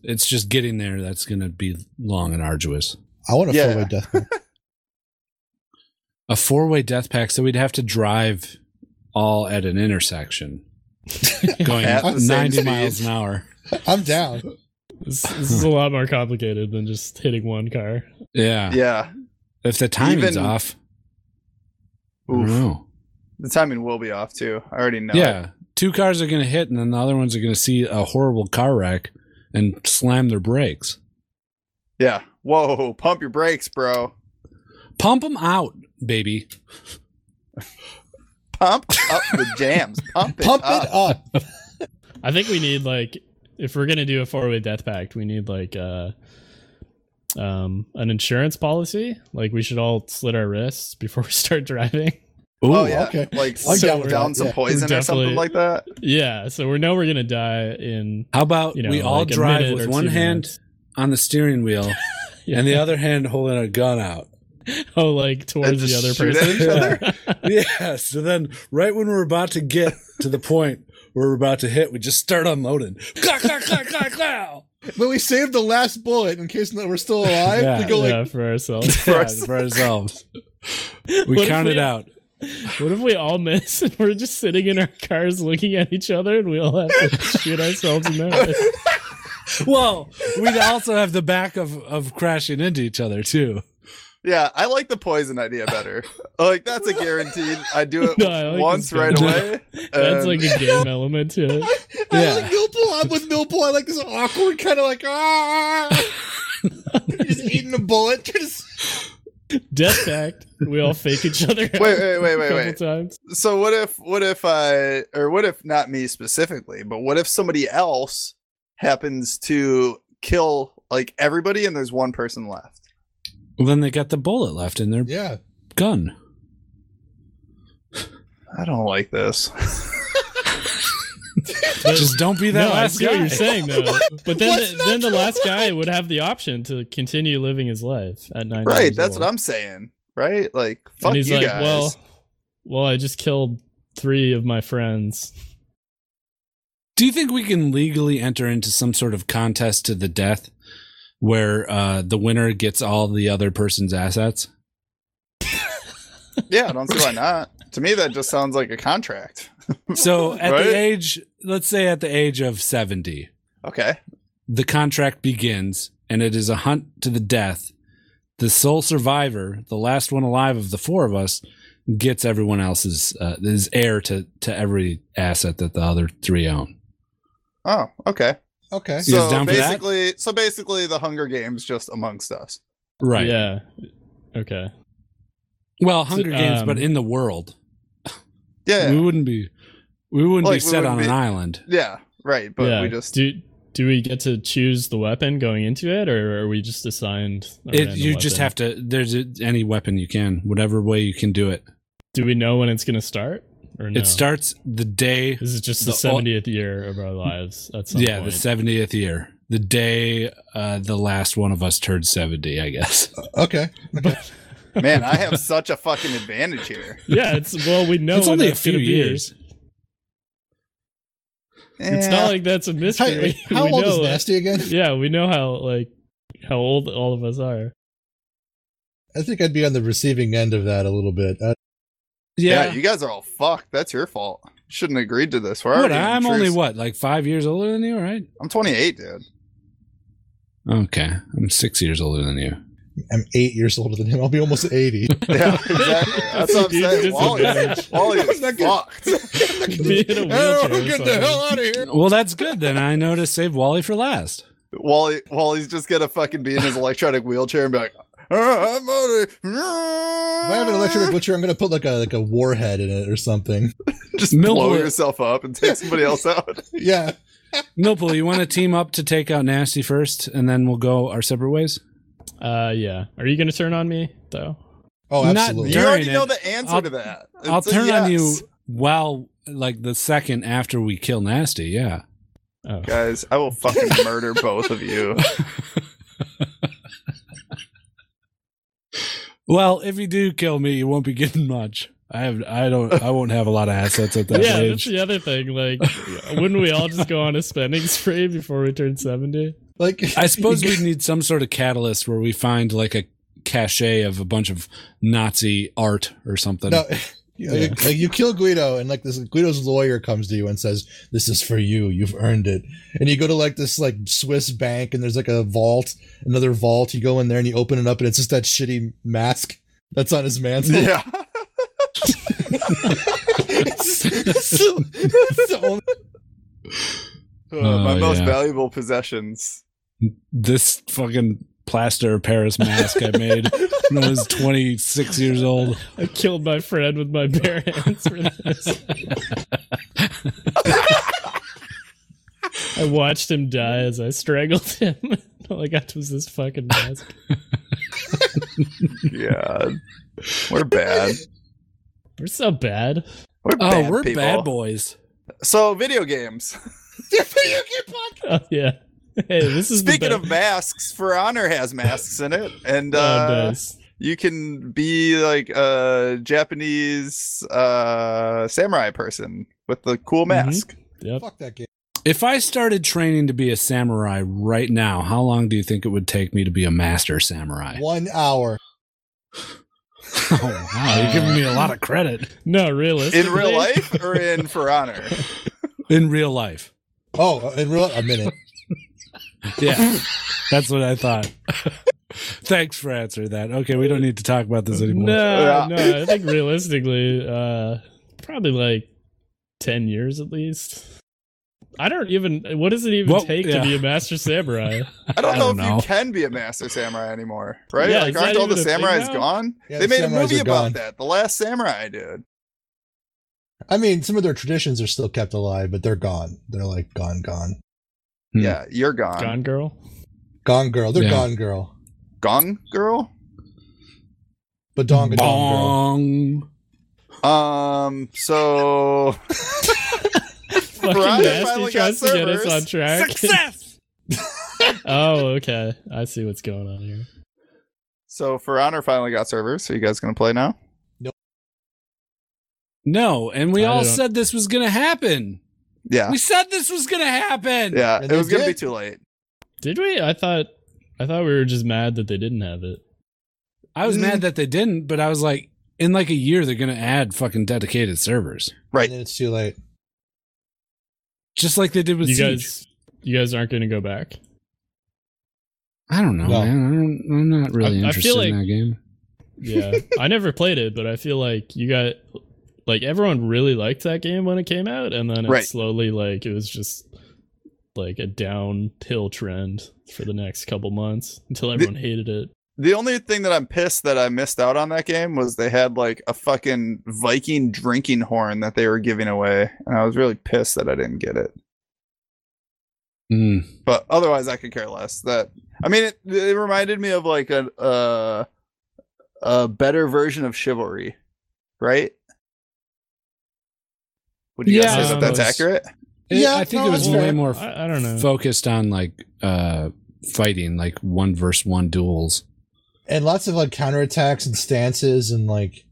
It's just getting there that's going to be long and arduous. I want a Yeah. four-way death. match. A four way death pack, so we'd have to drive all at an intersection going At the same 90 speed. miles an hour. I'm down. This, this is a lot more complicated than just hitting one car. Yeah. Yeah. If the timing's Even- off, I don't Oof. know. The timing will be off too. I already know. it. Yeah, two cars are going to hit, and then the other ones are going to see a horrible car wreck and slam their brakes. Yeah. Whoa, pump your brakes, bro. Pump them out, baby. Pump up the jams. Pump it Pump up. it up. I think we need like if we're gonna do a four way death pact, we need like uh um an insurance policy. Like we should all slit our wrists before we start driving. Ooh, oh yeah. okay. Like I'm soak down down, with that, some yeah. poison or Definitely. something like that. Yeah, so we know we're gonna die in How about you know we all like, a drive minute with or one two hand minutes. on the steering wheel and the other hand holding a gun out? oh like towards the just other shoot at person. each other? yeah. So then, right when we're about to get to the point where we're about to hit, we just start unloading. Claw, claw, claw, claw, claw. But we saved the last bullet in case that we're still alive. Yeah. we go like, yeah, for ourselves. Yeah, for ourselves. We What if counted we- out. What if we all miss and we're just sitting in our cars looking at each other and we all have to shoot ourselves in the head? Well, we'd also have the back of, of crashing into each other too. Yeah, I like the poison idea better. like that's a guaranteed. I do it No, I like once this right guy. away. Um, That's and- like a game element to it. I like Yeah. Millpool. I'm with Millpool. I like this awkward kind of like ah, just eating a bullet. Just Death pact. We all fake each other. out Wait, wait, wait, a wait, couple wait. Times. so what if what if I or what if not me specifically, but what if somebody else happens to kill like everybody and there's one person left? Well, then they got the bullet left in their yeah. gun. I don't like this. Just don't be that no, I last see what guy. you're saying though. But then, What's the, not then the to last guy would have the option to continue living his life at nine. right, years that's old. what I'm saying. Right? Like fuck and he's you like, guys. well, well, I just killed three of my friends. Do you think we can legally enter into some sort of contest to the death where uh, the winner gets all the other person's assets? yeah, I don't see why not. To me that just sounds like a contract. So at Right? the age, let's say at the age of 70, Okay. the contract begins and it is a hunt to the death. The sole survivor, the last one alive of the four of us, gets everyone else's, uh, is heir to, to every asset that the other three own. Oh, okay. Okay. You guys So down for that? basically so basically the Hunger Games just amongst us. Right. Yeah. Okay. Well, Hunger So, Games, um, but in the world. Yeah. We wouldn't be, we wouldn't Like, be we set wouldn't on be- an island. yeah, right. But yeah. we just do. Do we get to choose the weapon going into it, or are we just assigned? a It, random you just weapon? have to. There's a, any weapon you can, whatever way you can do it. Do we know when it's going to start? Or no? It starts the day. This is just the the- seventieth year of our lives. At some yeah, point. the seventieth year, the day uh, the last one of us turned seventy. I guess. Uh, Okay. man, I have such a fucking advantage here. yeah. It's well, we know it's when only a that's gonna few be. years. It's Yeah. not like that's a mystery. Hey, how we old know, is like- Nasty again? Yeah, we know how like how old all of us are. I think I'd be on the receiving end of that a little bit. Uh, Yeah. Yeah. you guys are all fucked. That's your fault. Shouldn't have agreed to this. We're what? already in I'm only truce. what, like five years older than you, right? I'm 28, dude. Okay, I'm six years older than you. I'm eight years older than him. I'll be almost eighty. Yeah, exactly. That's what I'm Huge saying. Wally, disadvantage. Wally is I'm not fucked. Be in a wheelchair or get the something. hell out of here! Well, that's good. Then I know to save Wally for last. Wally, Wally's just gonna fucking be in his electronic wheelchair and be like, "Ah, I'm out of If I have an electric butcher, I'm gonna put like a like a warhead in it or something. Just Millwood. blow yourself up and take somebody else out. Yeah. Millpool, you want to team up to take out Nasty first, and then we'll go our separate ways. Uh, yeah. Are you gonna turn on me though? Oh, Not absolutely. You During already it, know the answer I'll- to that. I'll It's a turn on you yes. while, like, the second after we kill Nasty. Yeah. Oh. Guys, I will fucking murder both of you. Well, if you do kill me, you won't be getting much. I have, I don't, I won't have a lot of assets at that yeah, that's age. the other thing. Like, wouldn't we all just go on a spending spree before we turn seventy? Like I suppose we need some sort of catalyst where we find like a cachet of a bunch of Nazi art or something. No, like, like, you kill Guido, and like this Guido's lawyer comes to you and says, "This is for you. You've earned it." And you go to like this like Swiss bank, and there's like a vault, another vault. You go in there and you open it up, and it's just that shitty mask that's on his mantle. yeah. it's, the- it's the only- Uh, Oh, my most yeah. valuable possessions. this fucking plaster of Paris mask I made when I was 26 years old. I killed my friend with my bare hands for this. I watched him die as I strangled him. All I got was this fucking mask. Yeah, we're bad. We're so bad. We're Oh, bad we're people. bad boys. So video games. Oh, yeah. Hey, this is Speaking the of masks, For Honor has masks in it, and best- uh, Oh, nice. you can be like a Japanese uh, samurai person with the cool mask. Yep. Fuck that game. If I started training to be a samurai right now, how long do you think it would take me to be a master samurai? One hour. Oh, wow, you're giving me a lot of credit No, realistically. In real life or in For Honor? in real life. Oh, in real a minute. Yeah, that's what I thought. Thanks for answering that. Okay, we don't need to talk about this anymore. No, Yeah. no. I think realistically, uh, probably like ten years at least. I don't even. What does it even Well, take yeah. to be a master samurai? I don't, I know don't if know. you can be a master samurai anymore, right? Yeah, like, is that aren't all the even a thing samurais now? gone? Yeah, they the made a samurais movie are about gone. that. The Last Samurai, dude. I mean, some of their traditions are still kept alive, but they're gone. They're like gone, gone, Hmm. Yeah, you're gone. Gone girl. gone, girl. They're Yeah. gone, girl. Gone girl. But dong, girl. Bong. Um. So Fucking Verizon nasty finally tries to got get us servers. on track. Success. oh, okay. I see what's going on here. so For Honor finally got servers. So you guys gonna play now? No, and we I all don't- said this was going to happen. Yeah. We said this was going to happen. Yeah. And It they was gonna be did. too late. Did we? I thought. I thought we were just mad that they didn't have it. I was Mm. mad that they didn't, but I was like, in like a year, they're going to add fucking dedicated servers, And then it's too late. just like they did with you Siege. guys, you guys aren't going to go back. I don't know, No. man. I don't, I'm not really I- I interested feel in like- that game. Yeah, I never played it, but I feel like you got like everyone really liked that game when it came out, and then it Right. slowly like it was just like a downhill trend for the next couple months until everyone hated it. The only thing that I'm pissed that I missed out on that game was they had like a fucking Viking drinking horn that they were giving away, and I was really pissed that I didn't get it. Mm. but otherwise I could care less. That I mean, it, it reminded me of like a uh, a better version of chivalry, right? Would you Yeah, guys say that that's almost. accurate? Um, It- Yeah, I think no, it was that's way fair. more I, I don't know. focused on like uh fighting, like one verse one duels. and lots of like counterattacks and stances and like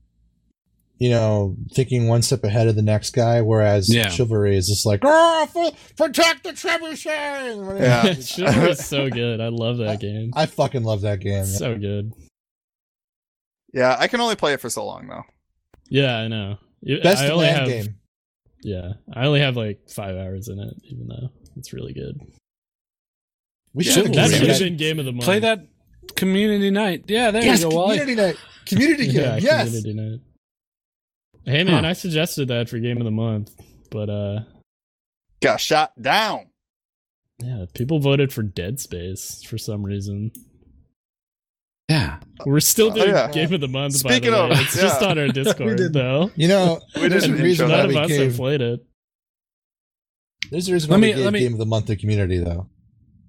you know thinking one step ahead of the next guy whereas Yeah. chivalry is just like oh, protect the trebuchet and running Yeah. around. Chivalry is so good. I love that game. i fucking love that game So good. Yeah, I can only play it for so long though. Yeah, I know. You- best I only man have, game Yeah, I only have like five hours in it, even though it's really good. we Yeah, should have That Really? should have given been game of the month. Play that community night. Yeah, there yes, you go, Wally. community night community game Yeah, yes Community Night. Hey man, Huh. I suggested that for game of the month, but uh Got shot down. yeah, people voted for Dead Space for some reason. Yeah. We're still Oh, doing yeah. game of the month. Speaking by the of- way. it's yeah. just on our Discord did- though. you know We there's a did an reason intro. why None of we us have gave played it. there's a reason Let why me- we let gave me- game of the month to community though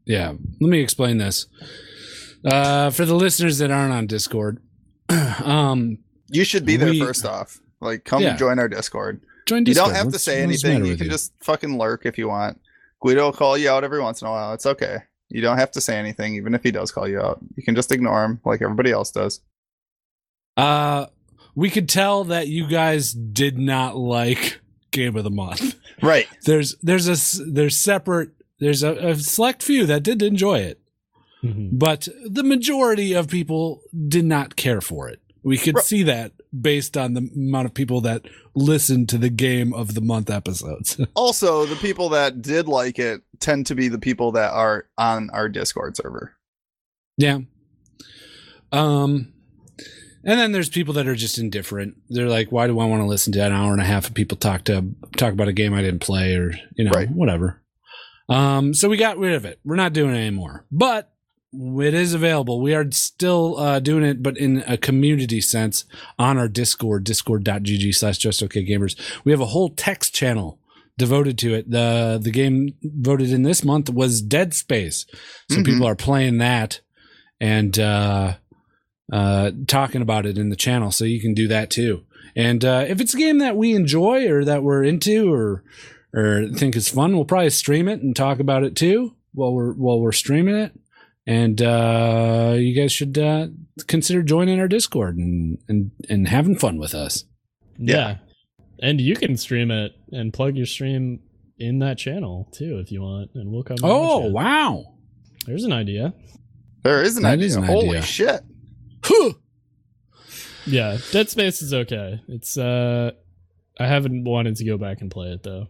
Yeah. Let me explain this. Uh for the listeners that aren't on Discord. um You should be there We- first off. Like, come Yeah. join our Discord. join You Discord. don't have to What's- say what's the anything. matter You with can just fucking lurk if you want. Guido will call you out every once in a while. It's okay. You don't have to say anything, even if he does call you out. You can just ignore him like everybody else does. uh we could tell that you guys did not like game of the month. Right. There's there's a s- there's separate there's a, a select few that did enjoy it. but the majority of people did not care for it. We could Right. see that based on the amount of people that listened to the game of the month episodes. also the people that did like it tend to be the people that are on our discord server yeah. Um And then there's people that are just indifferent. They're like, why do I want to listen to an hour and a half of people talk to talk about a game I didn't play or you know Right. whatever. Um, so we got rid of it. We're not doing it anymore, but it is available. We are still uh, doing it, but in a community sense on our Discord, discord.gg slash just okay gamers. We have a whole text channel devoted to it. The the game voted in this month was Dead Space. So Mhm. people are playing that and uh uh talking about it in the channel. So you can do that too. And uh if it's a game that we enjoy or that we're into or or think is fun, we'll probably stream it and talk about it too while we're while we're streaming it. And uh you guys should uh consider joining our Discord and and, and having fun with us. yeah. And you can stream it and plug your stream in that channel too if you want, and we'll come. on Oh, with you. wow. There's an idea. There is an That idea. is an Holy idea. shit! Huh. Yeah, Dead Space is okay. It's uh, I haven't wanted to go back and play it though.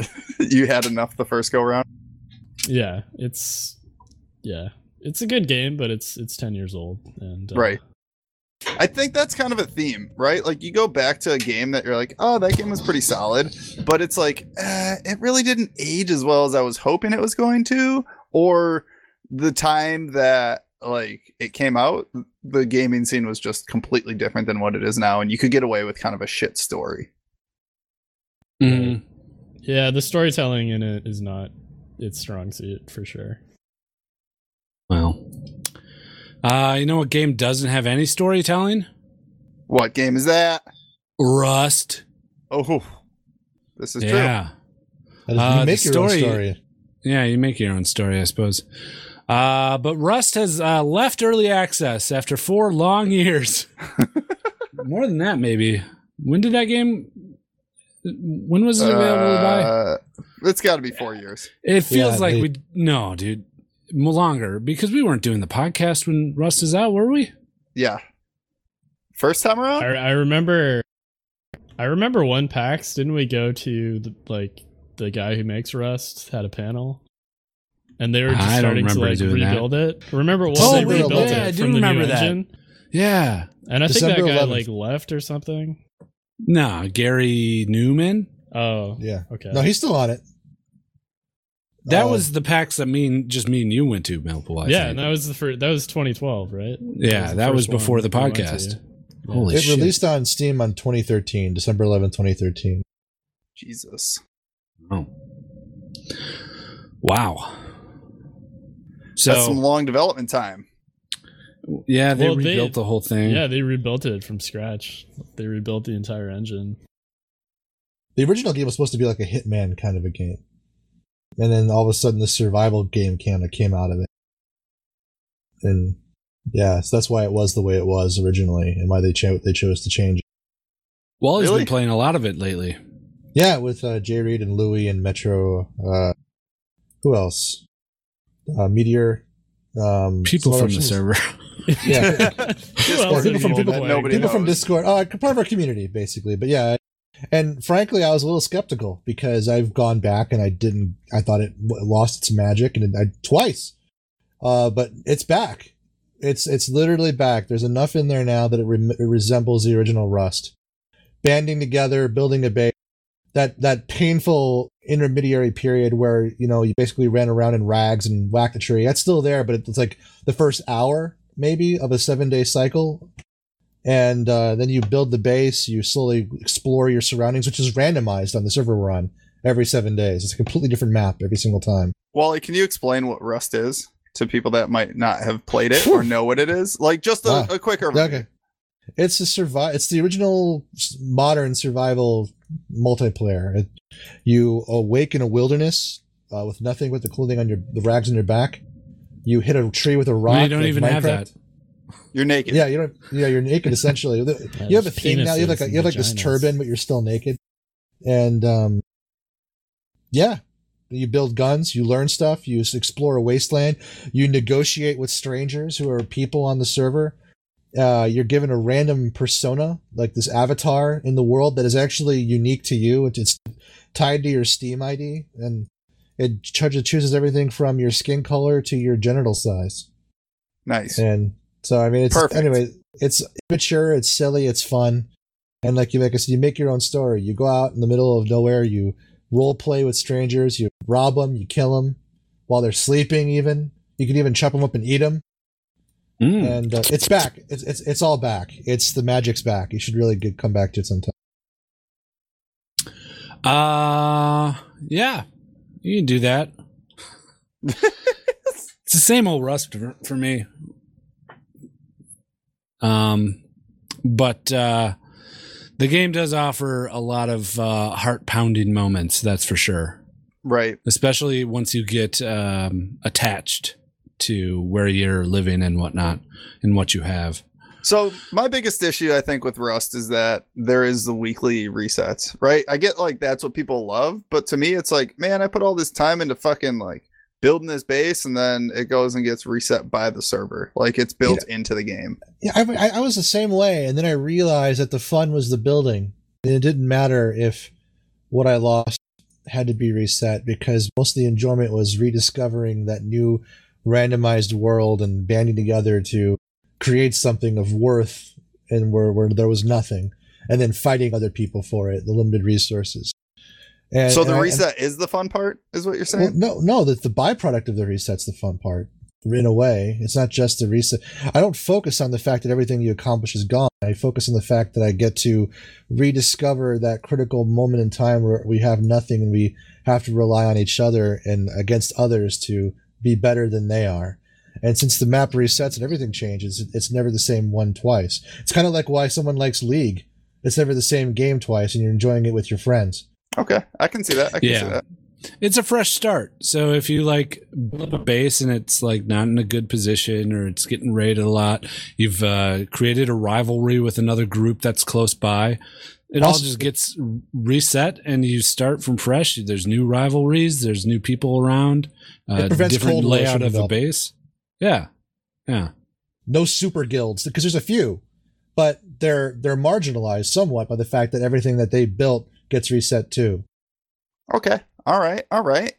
You had enough the first go round. Yeah, it's yeah, it's a good game, but it's it's ten years old and uh, Right. I think that's kind of a theme, right? Like you go back to a game that you're like, oh, that game was pretty solid, but it's like, eh, it really didn't age as well as I was hoping it was going to, or the time that like it came out, the gaming scene was just completely different than what it is now, and you could get away with kind of a shit story. Mm. Yeah, the storytelling in it is not its strong suit for sure. Well. Uh, you know what game doesn't have any storytelling? What game is that? Rust. Oh, this is true. yeah. That is- Uh, you make the your story- own story. Yeah, you make your own story, I suppose. Uh, but Rust has uh, left early access after four long years. More than that, maybe. When did that game? When was it available to buy? Uh, it's got to be four years. It feels Yeah, like they- we no, dude, m- longer because we weren't doing the podcast when Rust is out, were we? Yeah. First time around? I, I remember, I remember one PAX. Didn't we go to the like the guy who makes Rust had a panel, and they were just I don't starting to remember like doing that. rebuild it. Remember, well, Oh, they wait, rebuilt yeah, it I do from the remember new that. engine, Yeah. and I think that December guy 11th. like left or something. No, Gary Newman. Oh, Yeah. okay. No, he's still on it. That Uh, was the packs that mean just me and you went to Melpool. Oh, I yeah, think. and that was the first. That was 2012, right? yeah, the that was first before one the we went to. podcast. Yeah. Holy It shit! released on Steam on 2013, December 11, 2013. Jesus. Oh. Wow. That's some So long development time. yeah, they Well, they- rebuilt the whole thing. Yeah, they rebuilt it from scratch. They rebuilt the entire engine. The original game was supposed to be like a Hitman kind of a game. And then all of a sudden, this survival game kind of came out of it. And yeah, so that's why it was the way it was originally and why they, cho- they chose to change it. Wally's Really? been playing a lot of it lately. Yeah, with uh, Jay Reed and Louie and Metro. Uh, who else? Uh, Meteor. Um, People some from other- the server. Yeah, Who else people have from- you been that playing? nobody- people from knows. Discord, uh, part of our community, basically. But yeah, and frankly, I was a little skeptical because I've gone back and I didn't. I thought it w- lost its magic, and it, I, twice. Uh, but it's back. It's it's literally back. There's enough in there now that it, rem it resembles the original Rust. Banding together, building a base. That that painful intermediary period where you know you basically ran around in rags and whacked a tree. That's still there, but it's like the first hour maybe of a seven day cycle and uh, then you build the base. You slowly explore your surroundings, which is randomized on the server we're on every seven days. It's a completely different map every single time. Wally, can you explain what Rust is to people that might not have played it or know what it is? Like just a, Wow. a quick overview. Okay, it's a survive. It's the original s- modern survival multiplayer. It, you awake in a wilderness uh, with nothing but the clothing on your the rags on your back. You hit a tree with a rock. They don't like even have Minecraft. that. You're naked. Yeah, you don't. Yeah, you're naked essentially. you have a there's thing now. You have like penises a, and you have like this vaginas. turban, but you're still naked. And um, yeah, you build guns. You learn stuff. You s- explore a wasteland. You negotiate with strangers who are people on the server. Uh, you're given a random persona, like this avatar in the world that is actually unique to you. It's, it's tied to your Steam ID, and it ch- chooses everything from your skin color to your genital size Nice. and So I mean, it's Perfect. anyway, it's immature, it's silly, it's fun, and like you like I said, you make your own story. You go out in the middle of nowhere, you role play with strangers, you rob them, you kill them while they're sleeping. Even you can even chop them up and eat them. Mm. And uh, it's back. It's, it's it's all back. It's the magic's back. You should really get, come back to it sometime. Uh yeah. You can do that. it's the same old rust for, for me. Um but uh the game does offer a lot of uh heart pounding moments, that's for sure. Right. Especially once you get um attached to where you're living and whatnot and what you have. So my biggest issue, I think, with Rust is that there is the weekly resets. Right. I get like that's what people love, but to me, it's like, man, I put all this time into fucking like building this base, and then it goes and gets reset by the server. Like it's built into the game. Yeah, I, I, I was the same way, and then I realized that the fun was the building, and it didn't matter if what I lost had to be reset because most of the enjoyment was rediscovering that new randomized world and banding together to create something of worth and where, where there was nothing, and then fighting other people for it, the limited resources. And, so the and I- reset is the fun part, is what you're well, saying? no, no, that the byproduct of the reset's the fun part. In a way, it's not just the reset. I don't focus on the fact that everything you accomplish is gone. I focus on the fact that I get to rediscover that critical moment in time where we have nothing and we have to rely on each other and against others to be better than they are. And since the map resets and everything changes, it- it's never the same one twice. It's kind of like why someone likes League. It's never the same game twice, and you're enjoying it with your friends. Okay, I can see that. I can see Yeah. that. it's a fresh start. So if you like build up a base and it's like not in a good position or it's getting raided a lot, you've uh, created a rivalry with another group that's close by. It all Also- just gets reset and you start from fresh. There's new rivalries. There's new people around. Uh, It prevents different Cold War layout from of the developing. base. Yeah, yeah. no super guilds because there's a few, but they're they're marginalized somewhat by the fact that everything that they built gets reset too. Okay. All right. All right.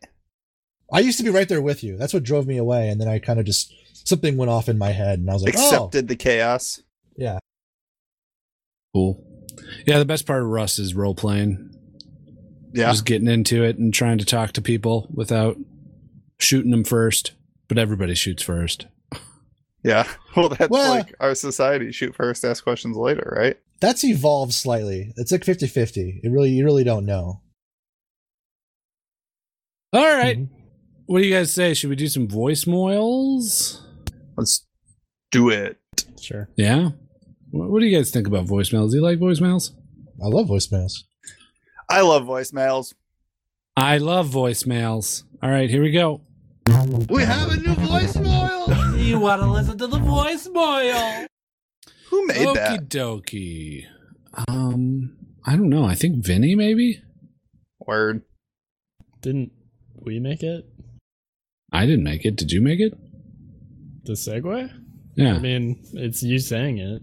I used to be right there with you. That's what drove me away, and then I kind of just something went off in my head, and I was like, Accepted the chaos. "Oh, yeah, Cool. Yeah, the best part of Rust is role playing. Yeah. Just getting into it and trying to talk to people without shooting them first. But everybody shoots first. Yeah. Well, that's Well- like our society. Shoot first, ask questions later, right? that's evolved slightly. It's like 50-50. It really, you really don't know." All right. Mm-hmm. What do you guys say? Should we do some voice moils? Let's do it. Sure. Yeah. What, what do you guys think about voicemails? Do you like voicemails? I love voicemails. I love voicemails. I love voicemails. All right, here we go. We have a new voicemail. you want to listen to the voicemail? Who made that? Okie dokie. Um, I don't know. I think Vinny maybe. Word. Didn't we make it? I didn't make it. Did you make it? The segue? I Yeah. mean, it's you saying it.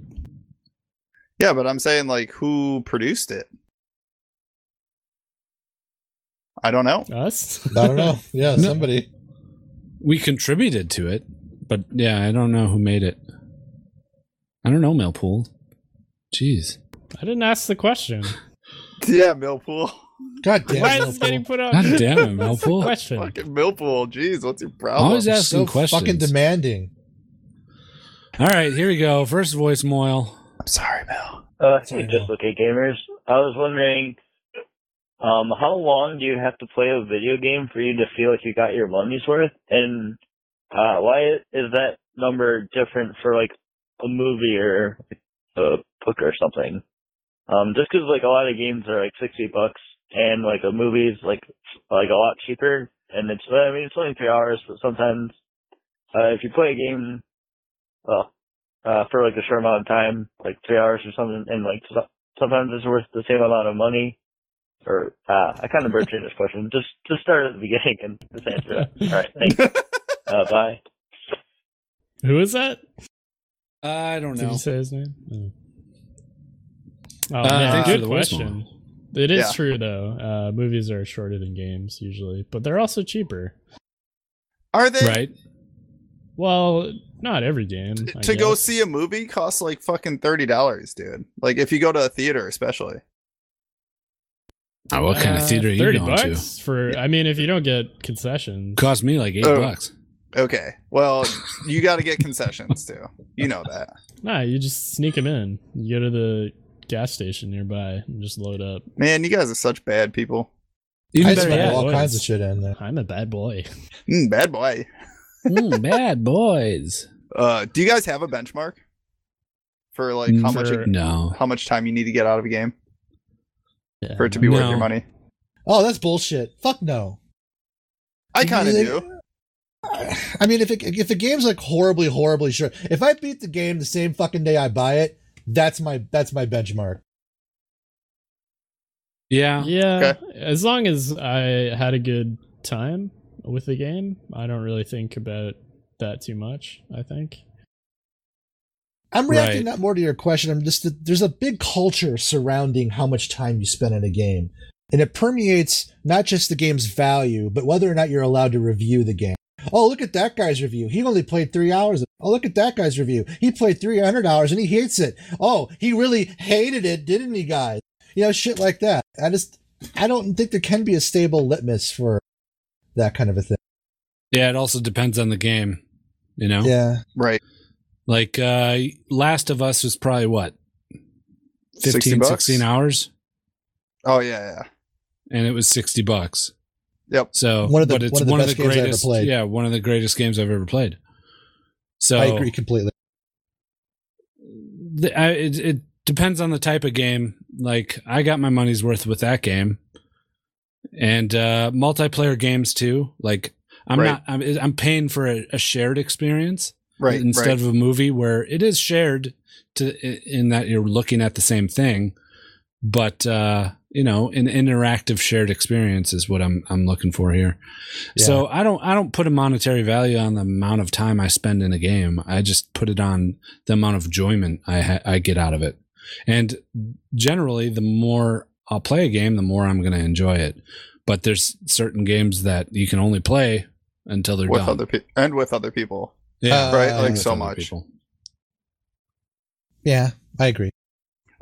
Yeah, but I'm saying like who produced it? I don't know. Us? I don't know. Yeah, No. somebody. We contributed to it, but yeah, I don't know who made it. I don't know, Millpool. Jeez. I didn't ask the question. Yeah, Millpool. God damn. Why is Millpool. this getting put up? God damn it, What's the Malfoy. question. Fucking Millpool. Jeez, what's your problem? Always You're asking Oh, so questions. fucking demanding. All right, here we go. First voicemail. I'm sorry, Mel. Uh, hey, just okay, gamers. I was wondering, um, how long do you have to play a video game for you to feel like you got your money's worth? And uh, why is that number different for like a movie or a book or something? Um, just 'cause like a lot of games are like sixty bucks, and like a movie's like like a lot cheaper, and it's I mean it's only three hours, but sometimes uh, if you play a game, well, uh, for like a short amount of time, like three hours or something, and like so- sometimes it's worth the same amount of money. Or uh, I kind of burnt through this question. Just just start at the beginning and just answer it. All right, thanks. Uh, bye. Who is that? I don't Did you say his name? No. Oh, Uh, man, thanks for good the question. voicemail. It is Yeah. true though. Uh, movies are shorter than games usually, but they're also cheaper. Are they Right. Well, not every game. I to go guess. see a movie costs like fucking thirty dollars, dude. Like if you go to a theater, especially. Oh, what kind of Uh, theater are you 30 going to? bucks For I mean, if you don't get concessions, Cost me like eight Oh. bucks. Okay, well, you got to get concessions too. You know that. nah, you just sneak them in. You go to the gas station nearby and just load up. Man, you guys are such bad people. Even I better spent bad yet, all boys. kinds of shit in there. I'm a bad boy. Mm, bad boy. Mm, bad boys. Uh, do you guys have a benchmark for like how much For- No, how much time you need to get out of a game Yeah, for it to be worth No. your money? Oh, that's bullshit. Fuck no. I kind of Like, do. I mean, if it, if the game's like horribly, horribly short, if I beat the game the same fucking day I buy it, that's my that's my benchmark. yeah, Yeah, as long as I had a good time with the game, I don't really think about that too much. I think. I'm reacting Right. not more to your question. I'm just there's a big culture surrounding how much time you spend in a game, and it permeates not just the game's value, but whether or not you're allowed to review the game. Oh, look at that guy's review. He only played three hours. Oh, look at that guy's review. He played 300 hours and he hates it. Oh, he really hated it, didn't he, guys? You know, shit like that. I just, I don't think there can be a stable litmus for that kind of a thing. yeah. It also depends on the game. You know, Yeah. Right. like uh Last of Us was probably what 60 15, bucks? 16 hours, Oh yeah, yeah. and it was sixty bucks. Yep. So, One of the- but it's one one of of the the, best games I've ever greatest. played. Yeah, one of the greatest games I've ever played. So I agree completely. the, I, it, it depends on the type of game. Like I got my money's worth with that game, and uh, multiplayer games too. Like I'm Right. not, I'm, I'm paying for a, a shared experience Right. instead right. of a movie where it is shared to in that you're looking at the same thing, but uh, you know, an interactive shared experience is what I'm I'm looking for here. So I don't I don't put a monetary value on the amount of time I spend in a game. I just put it on the amount of enjoyment I ha- I get out of it. And generally, the more I'll play a game, the more I'm going to enjoy it. But there's certain games that you can only play until they're with done. other pe- and with other people. yeah, right, Uh, and like with so other much. people. Yeah, I agree.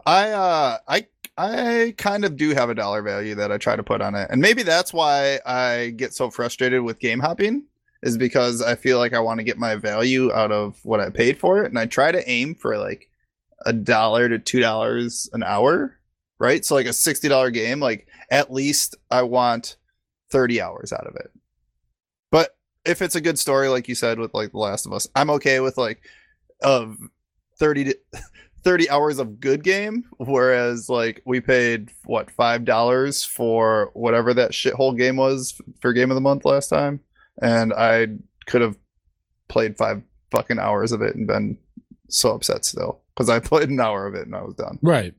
I uh I I kind of do have a dollar value that I try to put on it. And maybe that's why I get so frustrated with game hopping is because I feel like I want to get my value out of what I paid for it and I try to aim for like a dollar to two dollars an hour, right? So like a sixty dollar game, like at least I want thirty hours out of it. But if it's a good story, like you said with like The Last of Us, I'm okay with like of thirty to 30 hours of good game whereas like we paid what five dollars for whatever that shithole game was for game of the month last time and i could have played five fucking hours of it and been so upset still because i played an hour of it and i was done Right.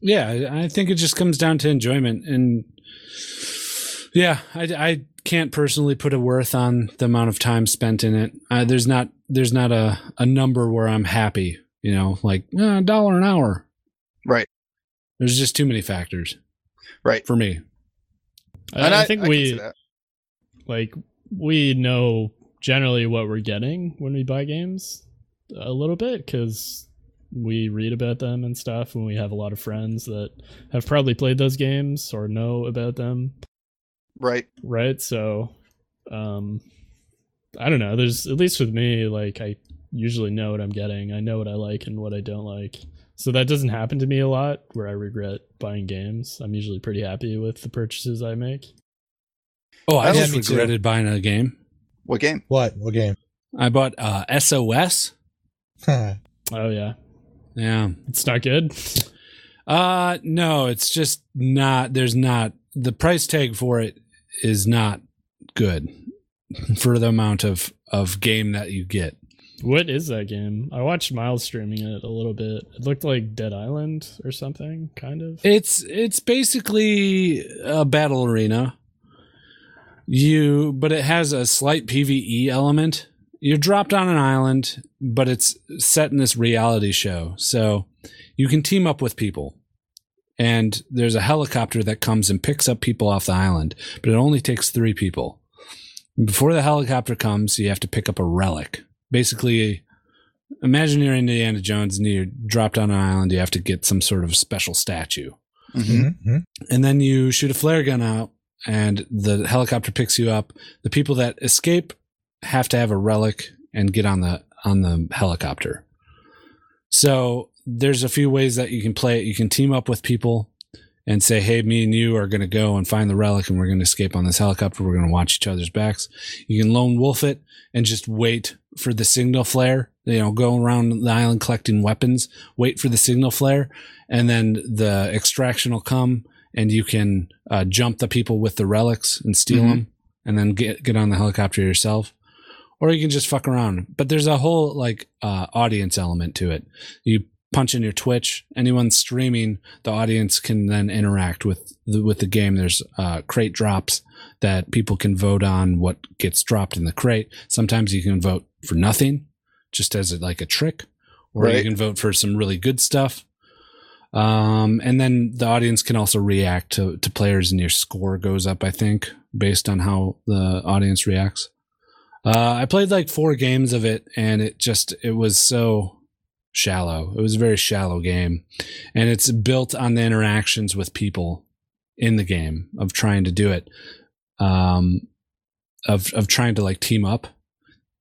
Yeah, I I think it just comes down to enjoyment, and yeah, I, I can't personally put a worth on the amount of time spent in it. Uh, there's not there's not a a number where I'm happy. You know, like "Ah, a dollar an hour. Right. There's just too many factors. Right. For me. I, And I think can see we that. like we know generally what we're getting when we buy games a little bit because we read about them and stuff and we have a lot of friends that have probably played those games or know about them right right so um i don't know there's at least with me like i usually know what i'm getting i know what i like and what i don't like so that doesn't happen to me a lot where i regret buying games i'm usually pretty happy with the purchases i make Oh, I Yeah, just me too. regretted buying a game. what game What? What game? I bought uh, SOS. oh yeah Yeah. it's not good Uh no, it's just not there's not the price tag for it is not good for the amount of of game that you get. What is that game? I watched Miles streaming it a little bit. It looked like Dead Island or something, kind of. It's it's basically a battle arena. You but it has a slight PvE element. You're dropped on an island, but it's set in this reality show. So you can team up with people. And there's a helicopter that comes and picks up people off the island, but it only takes 3 people. Before the helicopter comes, you have to pick up a relic, basically imagine you're Indiana Jones and you're dropped on an island. You have to get some sort of special statue, Mhm. Mhm. and then you shoot a flare gun out, and the helicopter picks you up. The people that escape have to have a relic and get on the on the helicopter. So there's a few ways that you can play it. You can team up with people and say, "Hey, me and you are going to go and find the relic, and we're going to escape on this helicopter. We're going to watch each other's backs." You can lone wolf it and just wait for the signal flare. You know, go around the island collecting weapons, wait for the signal flare, and then the extraction will come, and you can uh, jump the people with the relics and steal Mhm. them, and then get get on the helicopter yourself. Or you can just fuck around. But there's a whole like uh, audience element to it. You punch in your Twitch. Anyone streaming, the audience can then interact with the, with the game. There's uh, crate drops that people can vote on what gets dropped in the crate. Sometimes you can vote for nothing, just as a, like a trick, or you Right. can vote for some really good stuff. Um, and then the audience can also react to, to players, and your score goes up, I think, based on how the audience reacts. Uh, I played like four games of it, and it just it was so shallow. It was a very shallow game, and it's built on the interactions with people in the game of trying to do it, um, of of trying to like team up,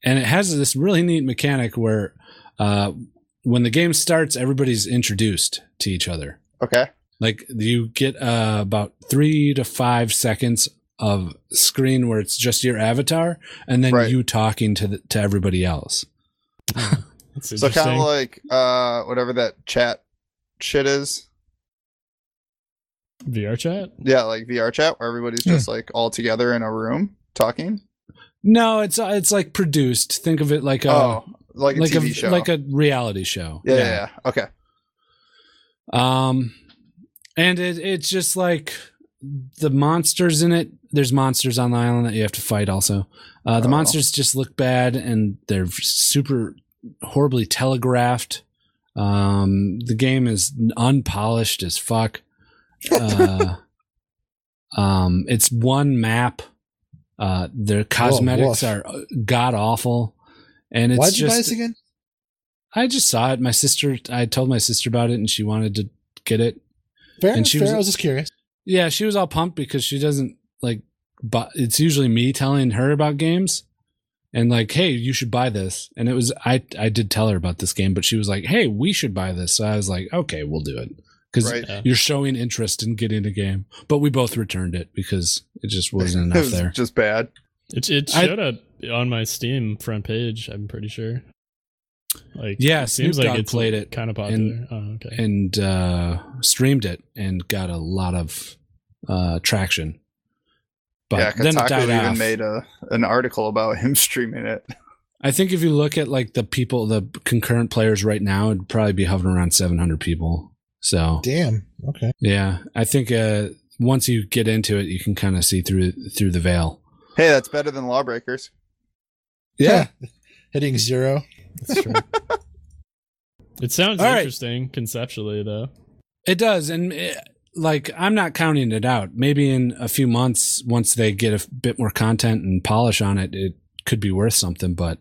and it has this really neat mechanic where uh, when the game starts, everybody's introduced to each other. Okay. Like you get uh, about three to five seconds of screen where it's just your avatar, and then Right. you talking to the, to everybody else. That's So kind interesting. of like uh whatever that chat shit is. VR chat. Yeah, like VR chat where everybody's just like all together in a room talking. No, it's uh, it's like produced. Think of it like a oh, like a like TV a show. like a reality show. yeah, yeah, yeah. Okay. Um, and it it's just like the monsters in it. There's monsters on the island that you have to fight. Also, uh, the Oh. monsters just look bad and they're super horribly telegraphed. Um, the game is unpolished as fuck. Uh, um, it's one map. Uh, their woof. cosmetics are god awful, and it's Why'd you just buy this again? I just saw it. My sister, I told my sister about it, and she wanted to get it. Fair, and she fair. was- I was just curious. Yeah, she was all pumped because she doesn't like. But it's usually me telling her about games, and like, hey, you should buy this. And it was I. I did tell her about this game, but she was like, hey, we should buy this. So I was like, okay, we'll do it because Right. you're showing interest in getting a game. But we both returned it because it just wasn't It enough was there. just bad. It it I- showed up on my Steam front page. I'm pretty sure. Like Yeah, it Snoop Dogg played it kind of popular. and- oh, okay. and uh, streamed it and got a lot of uh, traction. But yeah, then it Kotaku died even off. made a an article about him streaming it. I think if you look at like the people, the concurrent players right now, it'd probably be hovering around 700 people. So Damn. Okay. yeah, I think uh, once you get into it, you can kind of see through through the veil. Hey, that's better than Lawbreakers. Yeah. Hitting zero. That's true. it sounds All right. interesting conceptually, though. It does, and it, like I'm not counting it out. Maybe in a few months, once they get a f- bit more content and polish on it, it could be worth something. But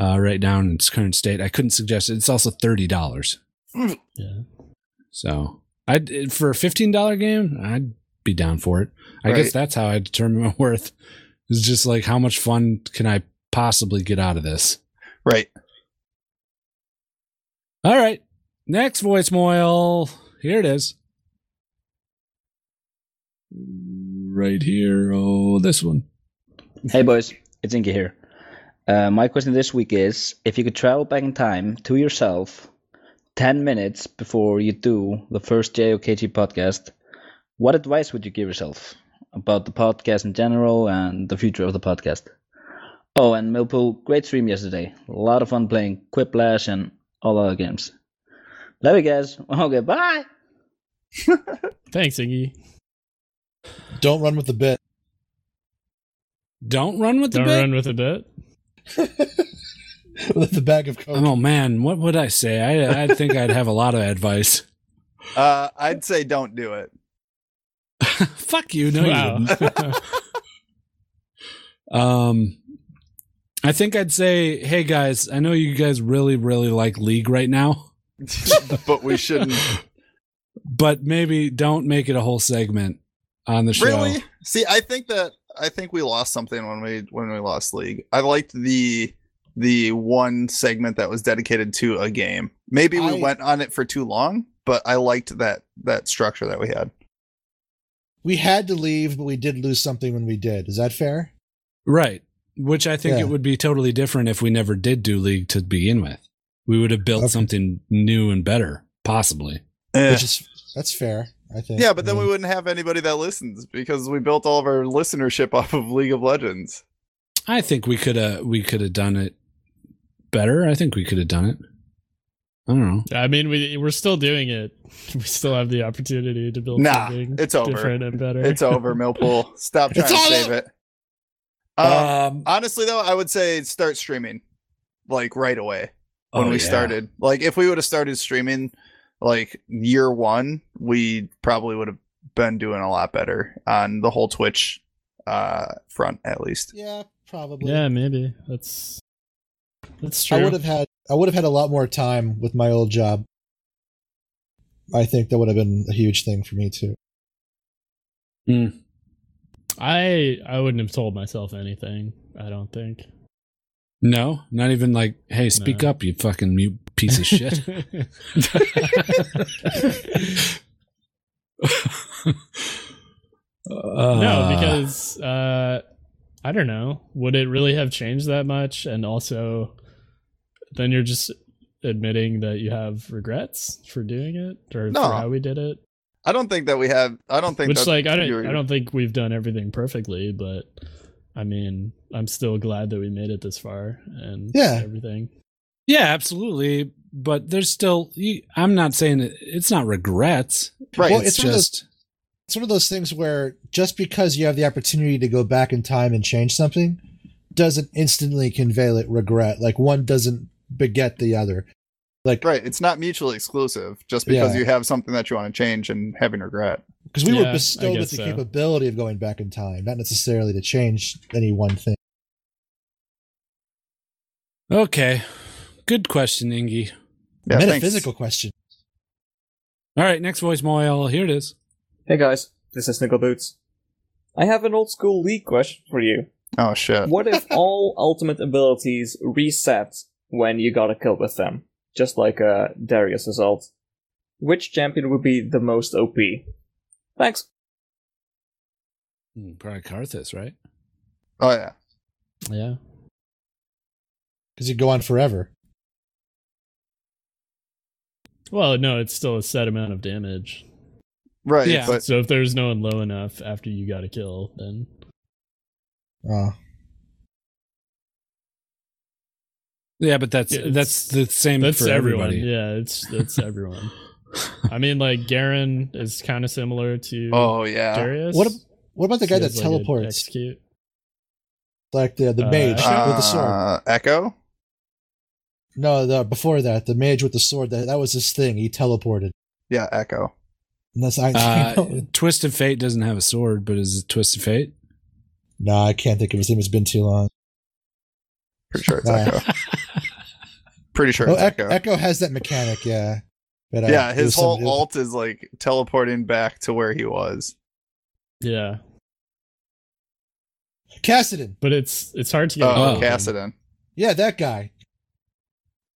uh, right now in its current state, I couldn't suggest it. It's also thirty dollars. Yeah. So I for a fifteen dollar game, I'd be down for it. I guess Right. that's how I determine my worth. Is just like how much fun can I possibly get out of this? Right. All right, next voicemail. Here it is. Right here. Oh, this one. Hey boys, it's Inky here. Uh, my question this week is if you could travel back in time to yourself 10 minutes before you do the first JOKG podcast, what advice would you give yourself about the podcast in general and the future of the podcast? Oh, and Millpool, great stream yesterday. A lot of fun playing Quiplash and all other games. Love you guys. Okay, bye. Thanks, Iggy. Don't run with the bit. Don't run with the Don't bit. run with a bit. with the bag of coke. Oh man, what would I say? I I think I'd have a lot of advice. Uh, I'd say don't do it. Fuck you. No, you wow. wouldn't. Um, I think I'd say, hey guys, I know you guys really, really like League right now, but we shouldn't. but maybe don't make it a whole segment on the show. Really? See, I think that I think we lost something when we when we lost league. I liked the the one segment that was dedicated to a game. Maybe we I- went on it for too long, but I liked that that structure that we had. We had to leave, but we did lose something when we did. Is that fair? Right. Which I think Yeah. it would be totally different if we never did do League to begin with. We would have built Okay. something new and better, possibly. Eh. Which is that's fair, I think. Yeah, but then I Mm-hmm. we mean, wouldn't have anybody that listens because we built all of our listenership off of League of Legends. I think we could have we could have done it better. I think we could have done it. I don't know. I mean, we we're still doing it. We still have the opportunity to build Nah, something it's over. different and better. It's over, Millpool. Stop trying It's to all save it. Uh, Um, honestly, though, I would say start streaming like right away when oh, we yeah. started. Like, if we would have started streaming like year one, we probably would have been doing a lot better on the whole Twitch uh, front, at least. Yeah, probably. yeah, maybe that's that's true. I would have had I would have had a lot more time with my old job. I think that would have been a huge thing for me too. Hmm. I I wouldn't have told myself anything. I don't think. No, not even like, hey, speak No. up, you fucking mute piece of shit. no, because uh, I don't know. Would it really have changed that much? And also, then you're just admitting that you have regrets for doing it or No. for how we did it. I don't think that we have. I don't think Which, that's like, I your- don't, I don't think we've done everything perfectly, but I mean, I'm still glad that we made it this far and Yeah. everything. yeah, absolutely. But there's still, you- I'm not saying it, it's not regrets. Right. Well, it's it's one of those- just, It's one of those things where just because you have the opportunity to go back in time and change something doesn't instantly convey like regret. Like one doesn't beget the other. Like Right. It's not mutually exclusive just because Yeah. you have something that you want to change and having regret. because we Yeah, were I bestowed with guess the so. capability of going back in time, not necessarily to change any one thing. okay. Good question, Ingy. Yeah, thanks. Metaphysical question. All right, next voicemail. Here it is. Hey guys, this is Nickel Boots. I have an old school League question for you. Oh, shit. What if all ultimate abilities reset when you got a kill with them? Just like uh, Darius' assault. Which champion would be the most OP? Thanks. Hmm, Probably Karthus, right? Oh, yeah. Yeah. Because you go on forever. Well, no, it's still a set amount of damage. Right. Yeah. But So if there's no one low enough after you got a kill, then Uh, Yeah, but that's Yeah, that's the same that's for everyone. everybody. Yeah, it's that's everyone. I mean, like Garen is kind of similar to oh, yeah. Darius. What ab- what about the guy He that has, like, a teleports? execute. Like the the Uh, mage Actually- with the sword. Uh, Echo? No, the, before that, the mage with the sword. That that was his thing. He teleported. Yeah, Echo. And that's I. Uh, Twisted Fate doesn't have a sword, but is it Twisted Fate? no, I can't think of his name. It's been too long. Pretty sure it's Uh, Echo. Pretty sure Oh, it's Echo. Echo. Echo has that mechanic. Yeah. But, uh, yeah, it his was whole some- it- alt is like teleporting back to where he was. Yeah, Cassidin. but it's it's hard to get. all Oh, of a them. Cassidon. Yeah, that guy.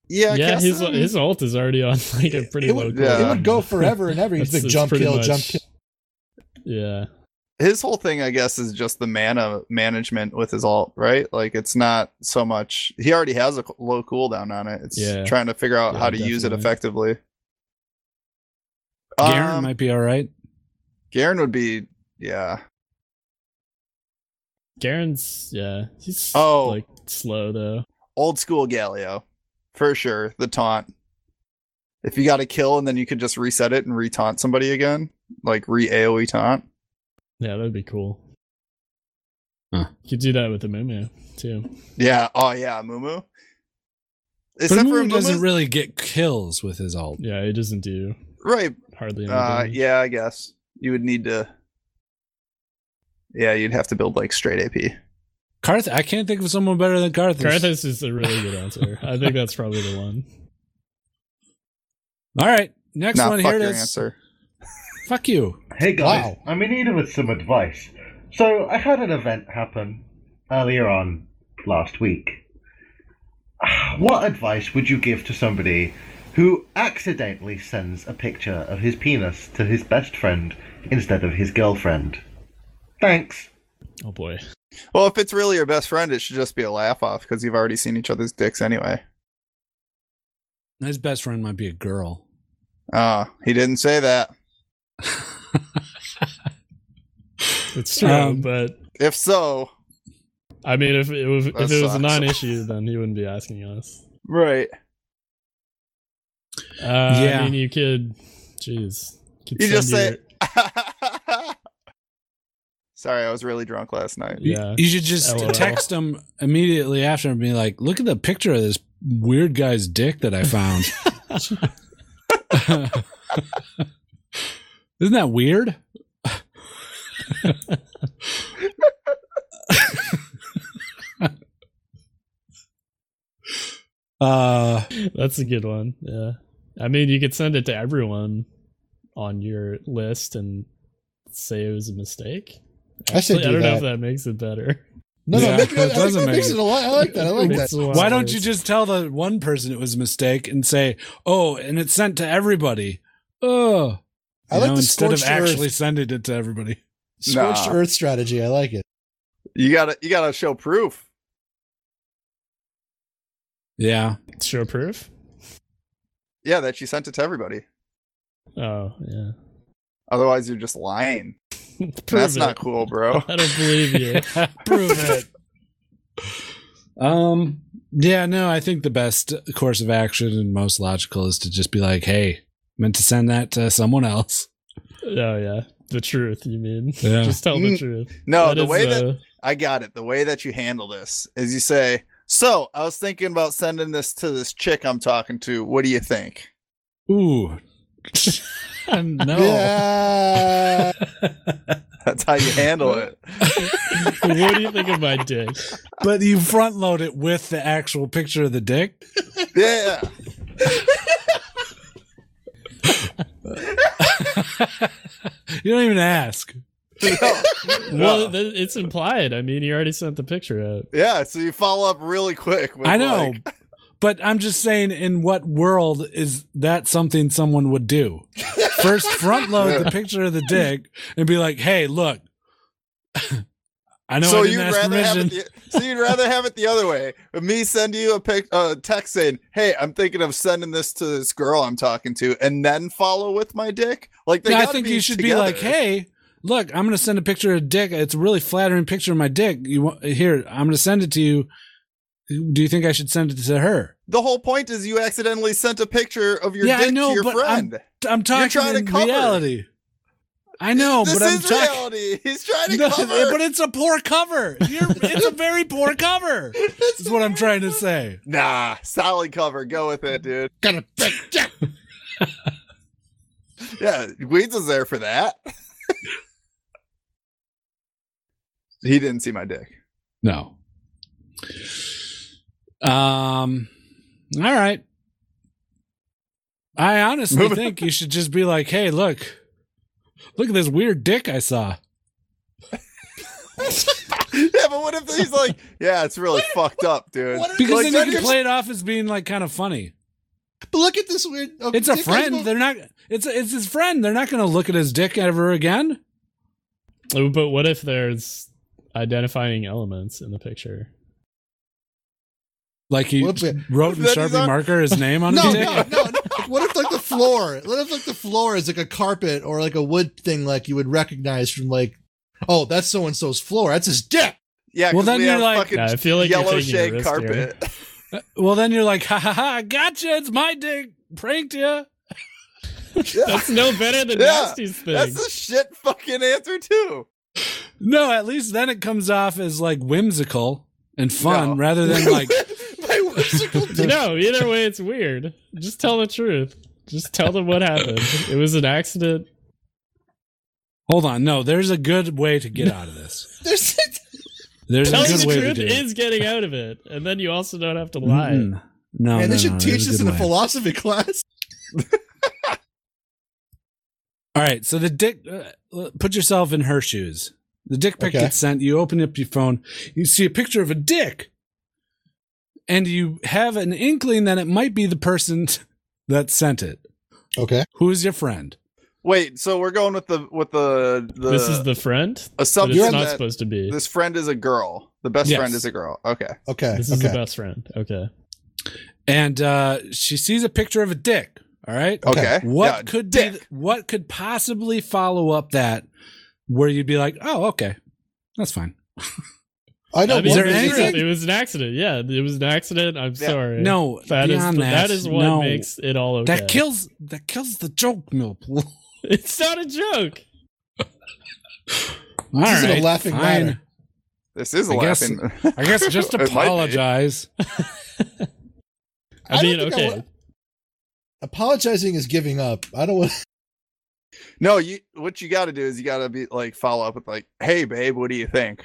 Yeah, kill. Yeah, his Cassidon. his ult is already on like a pretty it low. would, yeah. it would go forever and ever. He's That's- like that's jump pretty kill, much- jump kill. Yeah, his whole thing, I guess, is just the mana management with his alt, right? Like it's not so much. He already has a low cooldown on it. It's Yeah. trying to figure out Yeah, how to use it definitely. effectively. Garen Um, might be all right. Garen would be, yeah. Garen's yeah, he's Oh. like slow though. old school Galio, for sure. The taunt. If you got a kill and then you could just reset it and retaunt somebody again, like re AOE taunt. Yeah, that'd be cool. Huh. You could do that with the Mumu too. Yeah. Oh yeah, Mumu. But Except for Mumu doesn't Mumu's- really get kills with his alt. Yeah, it doesn't do right. hardly anything. Uh, yeah, I guess you would need to. Yeah, you'd have to build like straight AP. Karth, I can't think of someone better than Karthus. Karthus is a really good answer. I think that's probably the one. All right, next Nah, one fuck here. your that's- answer. Fuck you. Hey guys, Wow. I'm in need of some advice. So I had an event happen earlier on last week. What advice would you give to somebody who accidentally sends a picture of his penis to his best friend instead of his girlfriend? Thanks. Oh boy. Well, if it's really your best friend, it should just be a laugh off because you've already seen each other's dicks anyway. His best friend might be a girl. Ah, he didn't say that. It's true, Um, but If so, I mean, if it was if That it was a sucks. non-issue, then he wouldn't be asking us. right. Uh, yeah. Yeah. I mean, you could. Jeez. could You send just say, your- Sorry, I was really drunk last night. You- Yeah. You, should just LOL. text him immediately after and be like, look at the picture of this weird guy's dick that I found. Isn't that weird? uh That's a good one. Yeah. I mean, you could send it to everyone on your list and say it was a mistake. I say Actually, I do don't know that. if that makes it better. No, Yeah, no, make it, that I think doesn't that make makes it- it a lot. I like that. I like Makes that. it a lot why don't worse. you just tell the one person it was a mistake and say, "Oh, and it's sent to everybody." Oh, I like the instead of scorched actually earth. sending it to everybody. Scorched Nah. Earth strategy. I like it. You gotta, you gotta show proof. Yeah, show proof? Yeah, that you sent it to everybody. Oh yeah. Otherwise, you're just lying. That's Prove not it. cool, bro. I don't believe you. prove it. Um. Yeah. No, I think the best course of action and most logical is to just be like, "Hey, meant to send that to someone else." Oh yeah. The truth, you mean? Yeah. Just tell the Mm. truth. No, That the is, way that uh, I got it. The way that you handle this is you say, So I was thinking about sending this to this chick I'm talking to. What do you think? Ooh. no. Yeah. That's how you handle it. what do you think of my dick? But you front load it with the actual picture of the dick. Yeah. You don't even ask. No. Well, No. th- it's implied. I mean, you already sent the picture out. Yeah. So you follow up really quick. With I know. like- but I'm just saying, in what world is that something someone would do? First, front load the picture of the dick and be like, "Hey, look, I know I so didn't you'd ask rather have permission." it the, so you'd rather have it the other way. With me send you a pic, uh, text saying, "Hey, I'm thinking of sending this to this girl I'm talking to," and then follow with my dick. Like they Yeah, I gotta think be you should together. be like, "Hey, look, I'm going to send a picture of dick. It's a really flattering picture of my dick. You want, here? I'm going to send it to you. Do you think I should send it to her?" The whole point is you accidentally sent a picture of your Yeah, I dick know, to your but I'm- friend. I'm talking trying to in cover. reality. I know, this but I'm is talking. reality. He's trying to No, cover. but it's a poor cover. You're, it's a very poor cover. That's what I'm trying to say. nah, solid cover. Go with it, dude. Got a big dick. Yeah, Weeds is there for that. he didn't see my dick. No. Um. All right. I honestly Moving- think you should just be like, "Hey, look, look at this weird dick I saw." yeah, but what if he's like, yeah, it's really fucked up, dude. Because Like, then send you your- can play it off as being like kind of funny. But look at this weird. oh, It's a dick friend. eyes- They're not. It's it's his friend. They're not going to look at his dick ever again. Oh, But what if there's identifying elements in the picture? Like he Whoops. wrote in That is Sharpie our- marker his name on No, his dick. no, no, no. What if like the floor? What if like the floor is like a carpet or like a wood thing like you would recognize from like, oh, that's so and so's floor. That's his dick. yeah, Well, 'cause then we you're have like- fucking Yeah, I feel like you're yellow taking a shade risk carpet. Well, then you're like, ha ha ha, gotcha. It's my dick. Pranked you. That's no better than Yeah, Nasty's thing. That's a shit fucking answer too. No, at least then it comes off as like whimsical and fun No. rather than like, My whimsical dick. no, either way, it's weird. Just tell the truth. Just tell them what happened. It was an accident. hold on. No, there's a good way to get out of this. There's There's a Telling good the way truth to do it. is getting out of it, and then you also don't have to lie. Mm-mm. No, Man, no, they should no, teach there's this good in a way. Mm-hmm. philosophy class. All right, so the dick. Uh, put yourself in her shoes. The dick pic Okay. gets sent. You open up your phone. You see a picture of a dick, and you have an inkling that it might be the person that sent it. Okay. Who is your friend? Wait, so we're going with the with the, the this is the friend that assumption it's You're not that supposed to be. This, this friend is a girl. The best Yes. friend is a girl. Okay. Okay. is okay. the best friend. Okay. And uh, she sees a picture of a dick. All right. Okay. What Yeah, could dick? be? th- What could possibly follow up that where you'd be like, oh, okay, that's fine. I I don't. mean, is want there it was- anything- anything- It was an accident. Yeah, it was an accident. I'm Yeah. sorry. No, That is beyond that, that is what no. makes it all okay. That kills. That kills the joke, Millpool. It's not a joke. All This isn't a right, laughing fine. matter. This is a I guess- laughing. I guess just It might be. apologize. I, I don't mean, think I okay. wanna- Apologizing is giving up. I don't want. No, you. What you got to do is you got to be like follow up with like, "Hey, babe, what do you think?"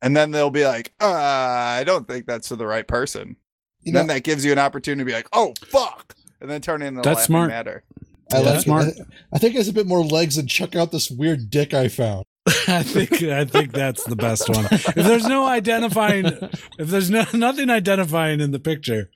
And then they'll be like, uh, "I don't think that's for the right person." You then know, that gives you an opportunity to be like, "Oh, fuck," and then turn it into a That's laughing smart. matter. I Yeah, like that's it. smart. I, I think it has a bit more legs than chuck out this weird dick I found. I think I think that's the best one. If there's no identifying, if there's no, nothing identifying in the picture,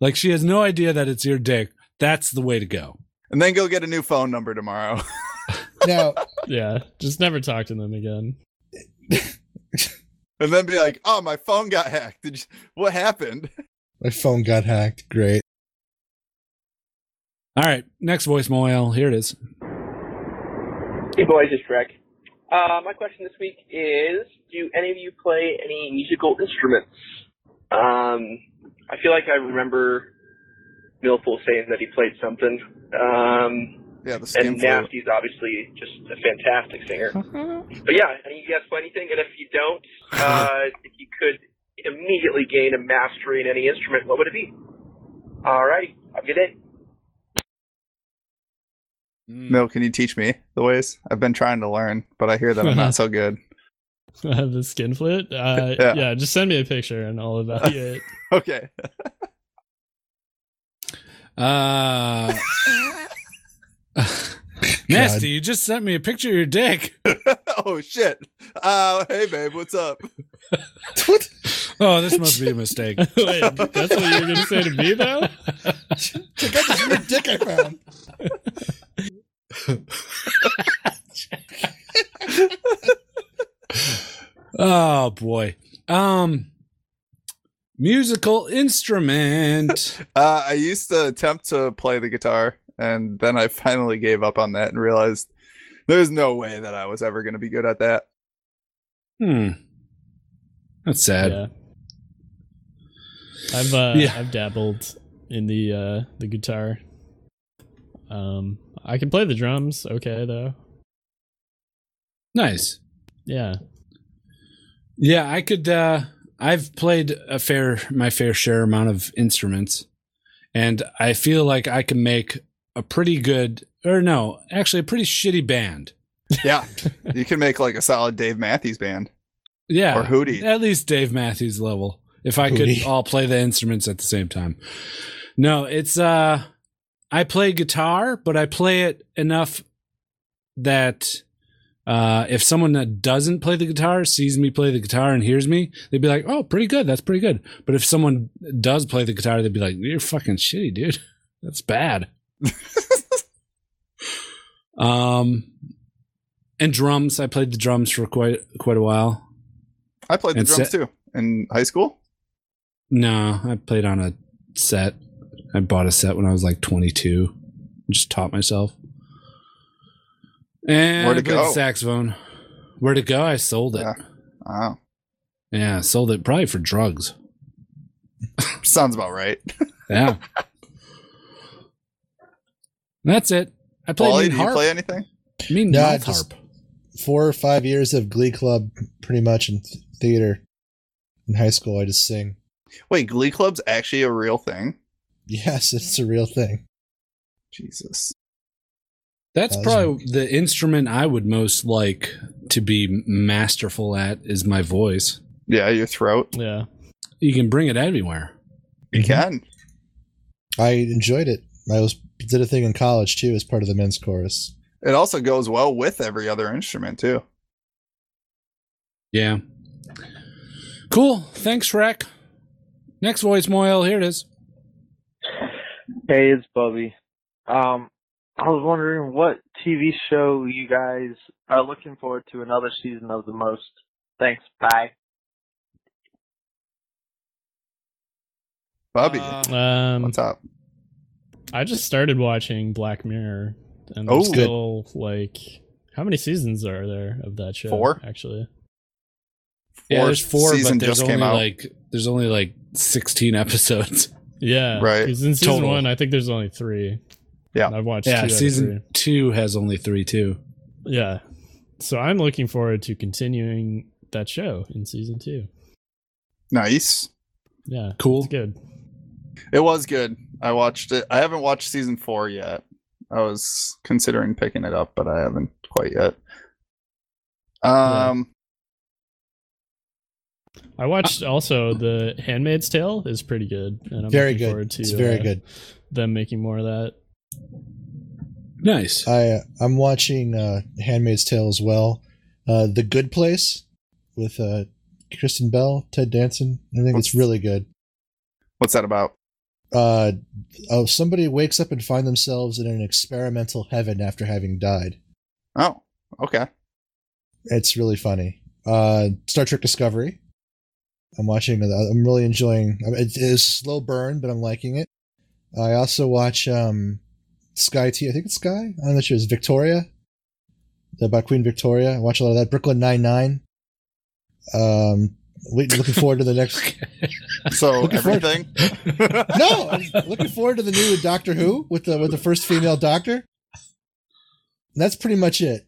like she has no idea that it's your dick, that's the way to go. And then go get a new phone number tomorrow. Now, Yeah, just never talk to them again. and then be like, "Oh, my phone got hacked. Did you, what happened?" my phone got hacked. Great. All right, next voicemail. Here it is. Hey boys, it's Rick. Uh, my question this week is: Do any of you play any musical instruments? Um, I feel like I remember Millpool saying that he played something. Um, Yeah, the skin and flu. Nasty's obviously just a fantastic singer. But yeah, any of you guys play anything? And if you don't, uh, if you could immediately gain a mastery in any instrument, what would it be? Alrighty, have a good day. Mill, can you teach me the ways? I've been trying to learn, but I hear that I'm not so good. the skin flute. Uh, Yeah. yeah. just send me a picture and I'll evaluate. Okay. Uh, God. Nasty, you just sent me a picture of your dick. oh shit. Uh, hey, babe, what's up? Oh, this must be a mistake. Wait, that's what you were gonna say to me though? Check out this weird dick I found. Oh boy. Um, musical instrument. Uh, I used to attempt to play the guitar, and then I finally gave up on that and realized there's no way that I was ever going to be good at that. Hmm. That's sad. Yeah. I've uh, Yeah. I've dabbled in the uh, the guitar. Um, I can play the drums. Okay, though. Nice. Yeah, Yeah, I could. Uh, I've played a fair, my fair share amount of instruments, and I feel like I can make a pretty good, or no, actually a pretty shitty band. Yeah, you can make like a solid Dave Matthews band Yeah, or Hootie. at least Dave Matthews level. If I Hootie. could all play the instruments at the same time. No, it's uh, I play guitar, but I play it enough that. Uh, if someone that doesn't play the guitar sees me play the guitar and hears me, they'd be like, "Oh, pretty good. That's pretty good." But if someone does play the guitar, they'd be like, "You're fucking shitty, dude. That's bad." um, and drums. I played the drums for quite quite a while. I played the And set- drums too in high school. No, I played on a set. I bought a set when I was like 22. Just taught myself. And Where'd I it played go? the saxophone. Where to go? I sold it. Yeah. Wow, Yeah, I sold it probably for drugs. sounds about right. Yeah. That's it. I played Wally, mean do you harp. play anything? mean No, I mouth just- harp. Four or five years of Glee Club, pretty much in th- theater. In high school, I just sing. Wait, Glee Club's actually a real thing. Yes, it's a real thing. Jesus. That's probably the instrument I would most like to be masterful at is my voice. Yeah, your throat. Yeah. You can bring it anywhere. Mm-hmm. You can. I enjoyed it. I was did a thing in college too as part of the men's chorus. It also goes well with every other instrument too. Yeah. Cool. Thanks, Shrek. Next voice, Moyle. Here it is. Hey, it's Bubby. Um, I was wondering what TV show you guys are looking forward to another season of the most. Thanks. Bye. Bobby. um, what's up? I just started watching Black Mirror, and Oh. there's It's good. still like how many seasons are there of that show? Four? actually. yeah, there's four, season but there's just only came out. like there's only like 16 episodes. Yeah, Right. 'cause In season Total. one, I think there's only three. Yeah. And I've watched. two yeah, out of season two has only three too. three. Yeah, so I'm looking forward to continuing that show in season two. Nice. Yeah, Cool. It's good. It was good. I watched it. I haven't watched season four yet. I was considering picking it up, but I haven't quite yet. Um, I watched also the Handmaid's Tale is pretty good, and I'm Very looking good. forward to It's very uh, good. Them making more of that. Nice. I I'm watching uh, Handmaid's Tale as well. Uh, the Good Place with uh, Kristen Bell, Ted Danson. I think it's really good. What's that about? Uh, oh, somebody wakes up and find themselves in an experimental heaven after having died. Oh, okay. It's really funny. Uh, Star Trek Discovery. I'm watching. I'm really enjoying. I mean, It is a slow burn, but I'm liking it. I also watch um, Sky T. I think it's Sky. I'm not sure. It's Victoria. About Queen Victoria. I watch a lot of that. Brooklyn Nine Nine. Um, wait, looking forward to the next. So Looking forward- everything. no, I'm looking forward to the new Doctor Who with the with the first female Doctor. That's pretty much it.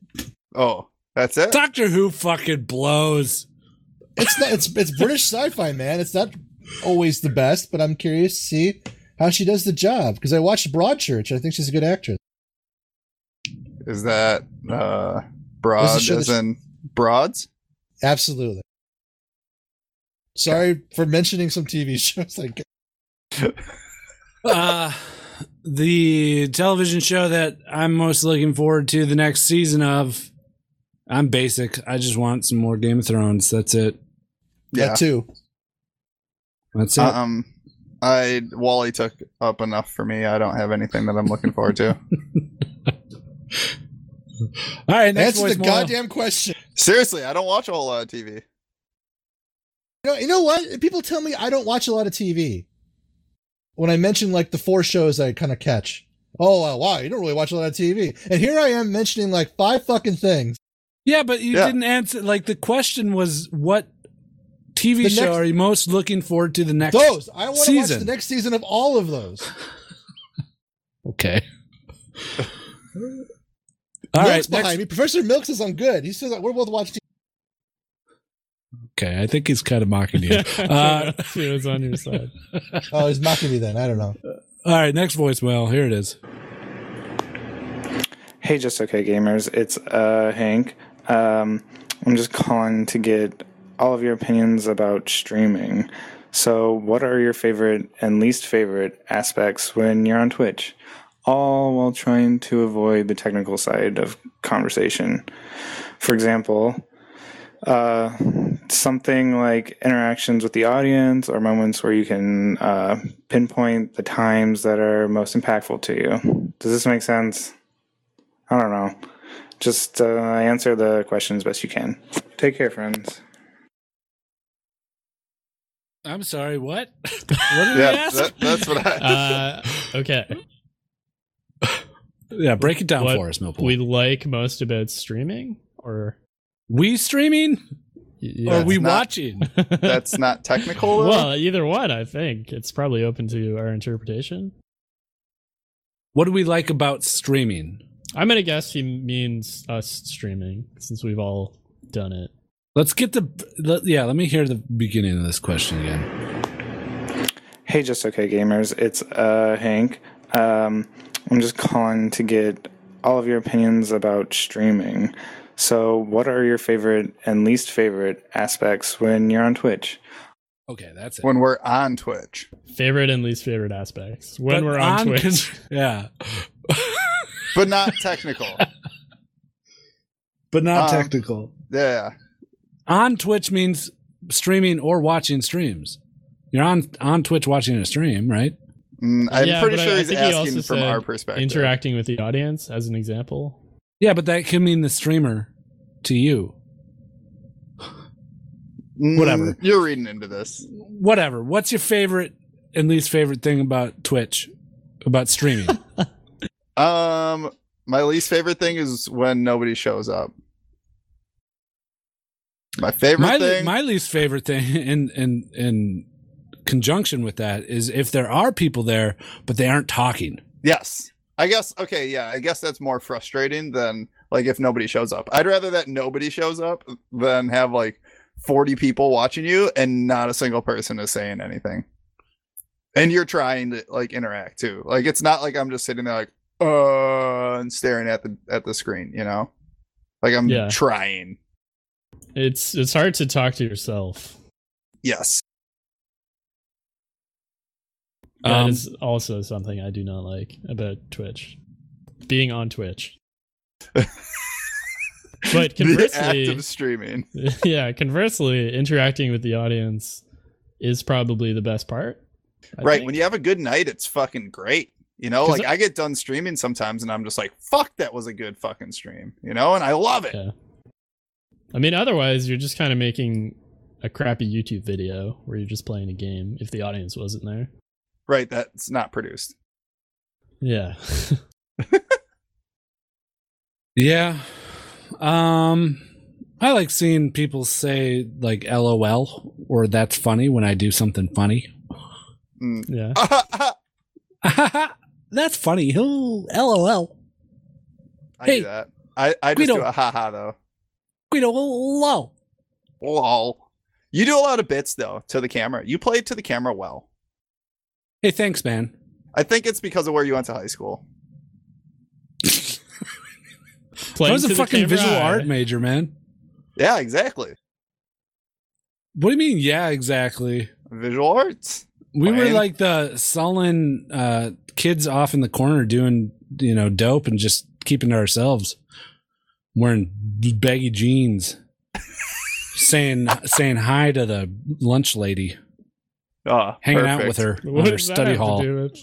Oh, that's it. Doctor Who fucking blows. It's not. It's it's British sci-fi, man. It's not always the best, but I'm curious to see how she does the job because I watched Broadchurch. I think she's a good actress. Is that uh This broad is sure as this- in broads? Absolutely. Sorry for mentioning some TV shows. Like uh, the television show that I'm most looking forward to the next season of. I'm basic. I just want some more Game of Thrones. That's it. that too. That's it. Um, I Wally took up enough for me. I don't have anything that I'm looking forward to. All right, next Answer voice, the Moyle. goddamn question. Seriously, I don't watch a whole lot of TV. You know, you know what? People tell me I don't watch a lot of TV. When I mention like the four shows I kind of catch. Oh uh, wow, you don't really watch a lot of TV. And here I am mentioning like five fucking things. Yeah, but you Yeah. didn't answer. Like the question was, what TV The show next- are you most looking forward to the next Those I want to watch season? the next season of all of those. okay. All Milk's right, behind me. Professor Milk says I'm good. He says that we're both watching. Okay, I think he's kind of mocking you. uh, She was on your side. oh, he's mocking me then. I don't know. all right, next voicemail. Here it is. Hey, just okay gamers. It's uh, Hank. Um, I'm just calling to get all of your opinions about streaming. So, what are your favorite and least favorite aspects when you're on Twitch? All while trying to avoid the technical side of conversation. For example, uh, something like interactions with the audience or moments where you can uh, pinpoint the times that are most impactful to you. Does this make sense? I don't know. Just uh, answer the questions best you can. Take care, friends. I'm sorry. What? what did he Yeah, ask? that- that's what I- Uh, okay. yeah, break it down What for us, Millpool. We like most about streaming, or we streaming, or yeah. we It's not- watching? That's not technical. though? well, either one. I think it's probably open to our interpretation. What do we like about streaming? I'm gonna guess he means us streaming since we've all done it. Let's get the let, yeah. Let me hear the beginning of this question again. Hey, just okay gamers. It's uh, Hank. Um, I'm just calling to get all of your opinions about streaming. So, what are your favorite and least favorite aspects when you're on Twitch? Okay, that's it. When we're on Twitch. Favorite and least favorite aspects when But we're on, on Twitch. cons- yeah, but not technical. but not Um, technical. Yeah. On Twitch means streaming or watching streams. You're on on Twitch watching a stream, right? I'm Yeah, pretty but I- sure I he's think he asking also from said our perspective. Interacting with the audience, as an example. Yeah, but that could mean the streamer to you. Whatever. Mm, You're reading into this. Whatever. What's your favorite and least favorite thing about Twitch? About streaming? Um, my least favorite thing is when nobody shows up. My favorite my, thing. my least favorite thing in in in conjunction with that is if there are people there but they aren't talking. yes. I guess. Okay. Yeah. I guess that's more frustrating than like if nobody shows up. I'd rather that nobody shows up than have like 40 people watching you and not a single person is saying anything. And you're trying to like interact too. Like it's not like I'm just sitting there like uh and staring at the at the screen. You know, like I'm Yeah. trying. It's it's hard to talk to yourself. Yes. That Um, is also something I do not like about Twitch. Being on Twitch. but the act conversely, of streaming. yeah, conversely, interacting with the audience is probably the best part. I right. think. When you have a good night, it's fucking great. You know, 'Cause like I get done streaming sometimes and I'm just like, fuck, that was a good fucking stream. You know, and I love it. Yeah. I mean, otherwise, you're just kind of making a crappy YouTube video where you're just playing a game if the audience wasn't there. Right. That's not produced. Yeah. Yeah. Um I like seeing people say like LOL or that's funny when I do something funny. Mm. Yeah. that's funny. Ooh, LOL. I Hey. do that. I, I just Guido. do a haha though. Guido, lol. Lol. You do a lot of bits though to the camera. You played to the camera well. Hey, thanks, man. I think it's because of where you went to high school. I was a fucking visual art major, man. Yeah, exactly. What do you mean? Yeah, exactly. Visual arts. We were Playing. like the sullen uh, kids off in the corner doing, you know, dope and just keeping to ourselves, wearing baggy jeans, saying saying hi to the lunch lady, Oh, hanging out with her What on her does that study have to hall, do with-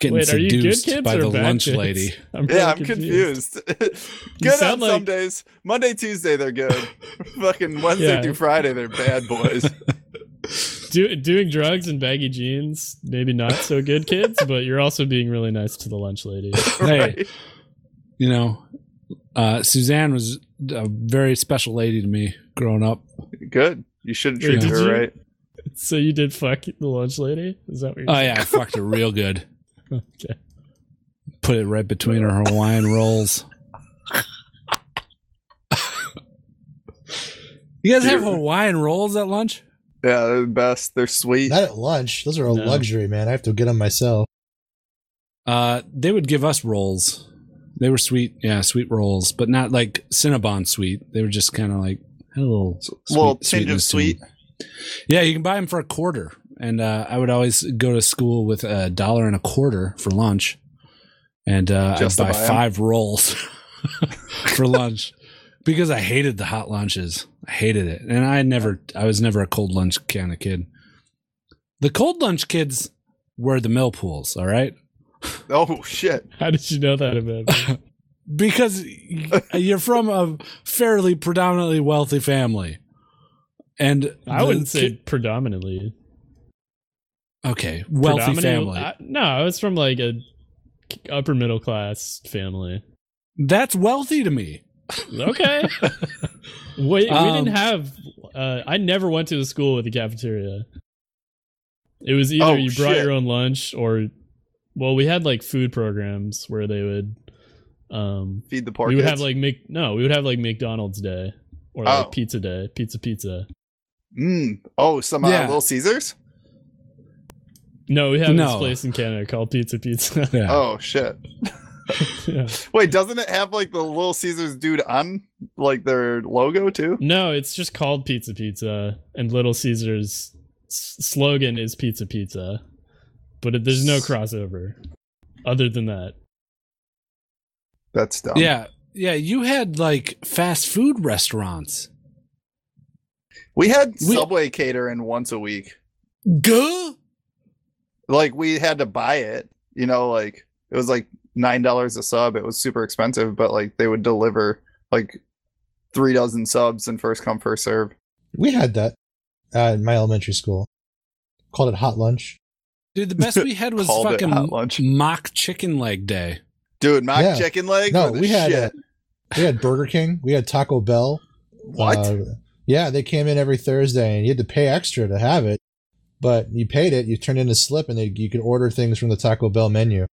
getting Wait, are you good seduced kids by or the bad lunch kids? lady. I'm yeah, I'm really confused. You good on sound like- some days. Monday, Tuesday, they're good. Fucking Wednesday Yeah. through Friday, they're bad boys. Do, doing drugs and baggy jeans, maybe not so good, kids, but you're also being really nice to the lunch lady. Hey, you know, uh, Suzanne was a very special lady to me growing up. Good. You should have Wait, treated did her you- right. So you did fuck the lunch lady? Is that what you're Oh yeah, I fucked her real good. Okay. Put it right between her Hawaiian rolls. you guys have Dude. Hawaiian rolls at lunch? Yeah, they're the best. They're sweet. Not at lunch. Those are a No. luxury, man. I have to get them myself. Uh, they would give us rolls. They were sweet, yeah, sweet rolls, but not like Cinnabon sweet. They were just kind of like had a little, sweet, little tinge of sweetness to 'em. sweet. Yeah, you can buy them for a quarter, and uh, I would always go to school with a dollar and a quarter for lunch, and uh, I'd Just to buy, buy 'em? five rolls for lunch because I hated the hot lunches. I hated it, and I never, I was never a cold lunch kind of kid. The cold lunch kids were the mill pools, all right, Oh shit. How did you know that about me? because y- you're from a fairly predominantly wealthy family, and I the wouldn't say ki- predominantly. okay, wealthy Predominant- family. I- no, I was from like a upper middle class family. That's wealthy to me. Okay. we, we Um, didn't have. Uh, I never went to a school with a cafeteria. It was either Oh, you brought shit. your own lunch or, well, we had like food programs where they would, um, Feed the poor we would kids. have like Mc, no, we would have like McDonald's day or like Oh. pizza day, pizza pizza. mm. Oh, some uh, Yeah. little Caesars? No, we have No. this place in Canada called Pizza Pizza. Yeah. Oh shit. Wait, doesn't it have like the Little Caesars dude on like their logo too? Mm. No, it's just called Pizza Pizza, and Little Caesars s- slogan is Pizza Pizza, but it, there's no crossover other than that. That's dumb. Yeah, yeah. You had like fast food restaurants. We had Subway catering once a week. Go. Like we had to buy it. You know, like it was like nine dollars a sub. It was super expensive, but like they would deliver like three dozen subs and first come first serve. We had that uh, in my elementary school. Called it hot lunch. Dude, the best we had was Called it fucking hot mock chicken leg day. Dude, mock Yeah. chicken leg. No, were the we had shit. uh, we had Burger King. We had Taco Bell. Uh, What? yeah, they came in every Thursday, and you had to pay extra to have it. But you paid it. You turned in a slip, and they, you could order things from the Taco Bell menu.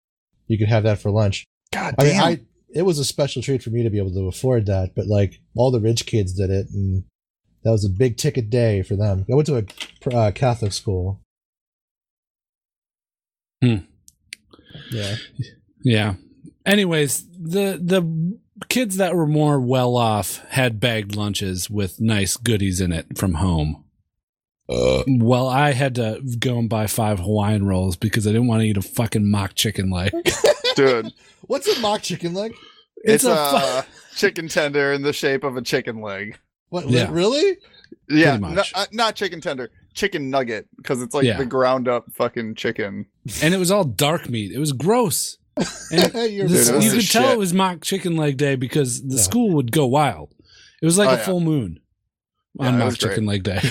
You could have that for lunch. God I mean, damn. I it was a special treat for me to be able to afford that. But like all the rich kids did it, and that was a big ticket day for them. I went to a uh, Catholic school. Yeah. Yeah. Anyways, the the kids that were more well off had bagged lunches with nice goodies in it from home. Uh. well, I had to go and buy five Hawaiian rolls because I didn't want to eat a fucking mock chicken leg. dude. What's a mock chicken leg? It's It's, a, a chicken tender in the shape of a chicken leg. What? Yeah. Really? Yeah, Pretty no- uh, not chicken tender, chicken nugget, because it's like Yeah. the ground up fucking chicken. and it was all dark meat. It was gross. And You're this- gross you as could tell shit. it was mock chicken leg day because the school would go wild. It was like Oh, a yeah. full moon Yeah, on it mock was great. chicken leg day.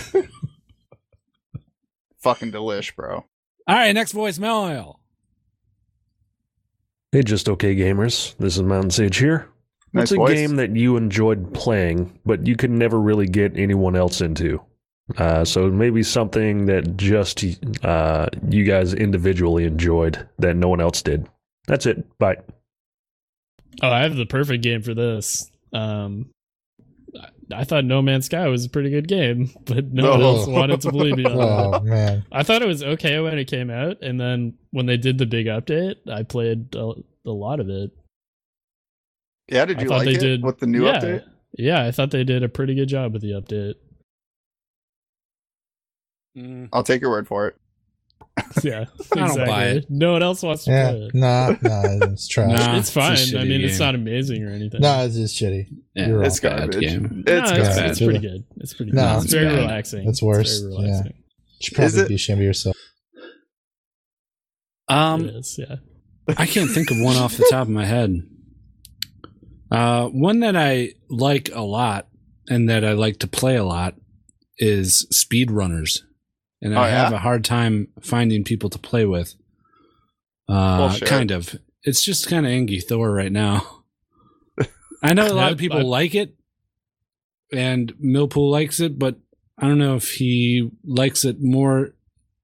Fucking delish, bro. all right, next voicemail. Hey, just okay gamers. This is Mountain Sage here. What's Nice a voice. game that you enjoyed playing, but you could never really get anyone else into? Uh, so maybe something that just uh, you guys individually enjoyed that no one else did. That's it. Bye. Oh, I have the perfect game for this. Um, I- I thought No Man's Sky was a pretty good game, but no one No. else wanted to believe me. on Oh, that. man. I thought it was okay when it came out, and then when they did the big update, I played a, a lot of it. Yeah, did I you thought like they it did with the new yeah, update? Yeah, I thought they did a pretty good job with the update. Mm. I'll take your word for it. Yeah, I don't buy exactly. it. No one else wants to Yeah, play it. nah, nah, it's trash. Nah, it's it's a fine. I shitty mean, it's game. not amazing or anything. No, it's just shitty. Yeah, You're it's right. garbage. Bad game. No, It's it's, bad. it's pretty good. It's pretty good. No, it's, it's very bad. relaxing. It's worse. very yeah. relaxing. You should probably it- be ashamed of yourself. Um, yeah. I can't think of one off the top of my head. Uh, one that I like a lot and that I like to play a lot is speedrunners. And Oh, I yeah? have a hard time finding people to play with. Uh, Well, sure. Kind of. It's just kind of Angie Thor right now. I know a lot of I- people I- like it, and Millpool likes it, but I don't know if he likes it more.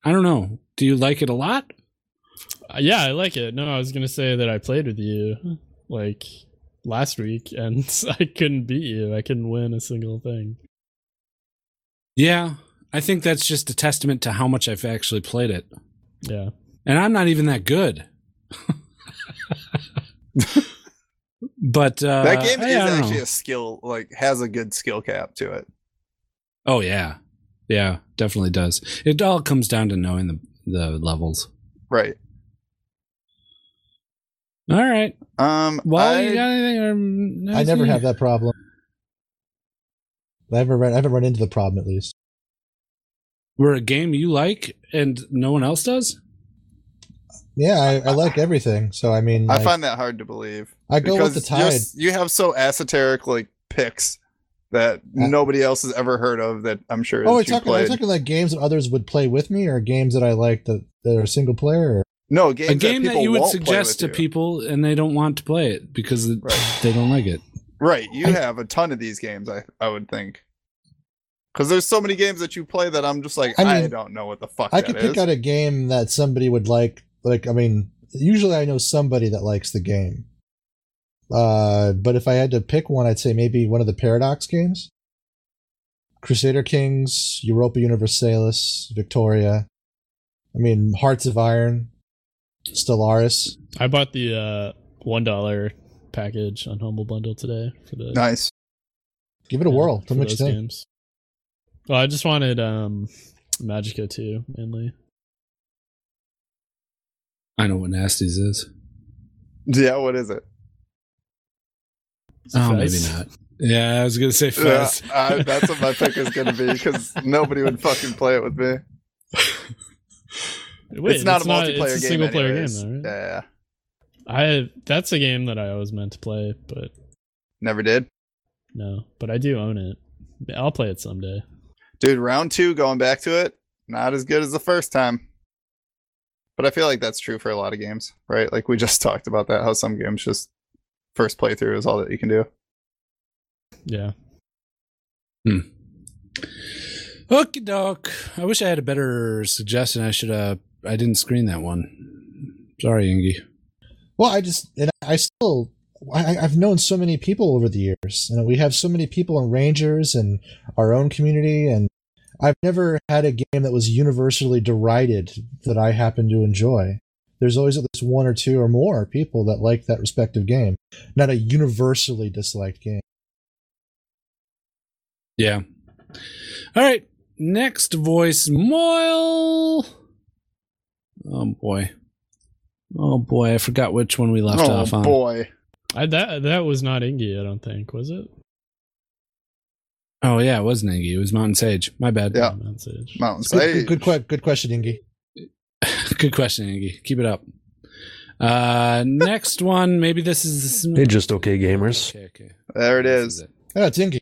I don't know. Do you like it a lot? Uh, yeah, I like it. No, I was gonna say that I played with you like last week, and I couldn't beat you. I couldn't win a single thing. Yeah, I think that's just a testament to how much I've actually played it. Yeah. And I'm not even that good. but uh, that game I- I is don't actually know. a skill, like has a good skill cap to it. oh yeah, yeah, definitely does. It all comes down to knowing the the levels. Right. All right. Um. Well, I- you got anything? um, I never anything? have that problem. I haven't run, I haven't run into the problem at least. Where a game you like and no one else does. Yeah, I, I like everything. So I mean, I like, find that hard to believe. I go with the Because you're s- tide. You have so esoteric like picks that nobody else has ever heard of. That I'm sure. Oh, that we're you talking. Are played. we talking like games that others would play with me, or games that I like that, that are single player? Or? No, games a game that, people you would won't play suggest to with you. people and they don't want to play it because it- they don't like it. Right, you have a ton of these games. I I would think. Because there's so many games that you play that I'm just like I, I mean, don't know what the fuck I that could pick is. out a game that somebody would like. Like, I mean, usually I know somebody that likes the game. Uh, but if I had to pick one, I'd say maybe one of the Paradox games Crusader Kings, Europa Universalis, Victoria. I mean, Hearts of Iron, Stellaris. I bought the uh, one dollar package on Humble Bundle today for the Nice. Give it a whirl. Tell for me what you those think. games. Well, I just wanted um Magica too, mainly. I know what Nasties is. Yeah, what is it? Oh, Fez? maybe not. Yeah, I was gonna say Fez. Yeah, I- Uh, that's what my pick is going to be because nobody would fucking play it with me. Wait, it's not it's a not- multiplayer it's a game. single-player game, anyways. though, right? Yeah, I that's a game that I always meant to play, but never did. No, but I do own it. I'll play it someday. Dude, round two, going back to it, not as good as the first time. But I feel like that's true for a lot of games, right? Like we just talked about that, how some games just first playthrough is all that you can do. Yeah. Okie doke. I wish I had a better suggestion. I should uh I didn't screen that one. Sorry, Ingy. Well, I just and I still I, I've known so many people over the years, and we have so many people in Rangers and our own community, and I've never had a game that was universally derided that I happen to enjoy. There's always at least one or two or more people that like that respective game, not a universally disliked game. Yeah. All right. Next voice Moyle. Oh boy. Oh boy, I forgot which one we left Oh, off on. boy. I that that was not Ingy, I don't think, was it? Oh yeah, it wasn't Ingy. It was Mountain Sage. My bad. Yeah. Mountain Sage. Mountain Good, good, good, que- good question, Ingy. Good question, Ingy. Keep it up. Uh next one, maybe this is Hey, just okay gamers. Okay, okay. There it is. Yeah, it's Ingy.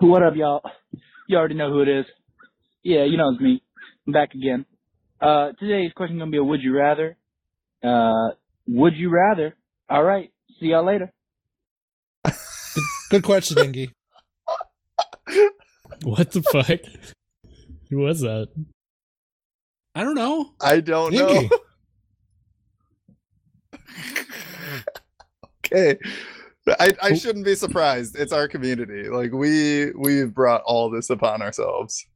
What up, y'all? You already know who it is. Yeah, you know it's me. I'm back again. Uh, today's question gonna be a would you rather. Uh, would you rather? All right. See y'all later. Good question, Ingy. What the fuck? Who was that? I don't know. I don't know. okay. I, I shouldn't be surprised. It's our community. Like we we've brought all this upon ourselves.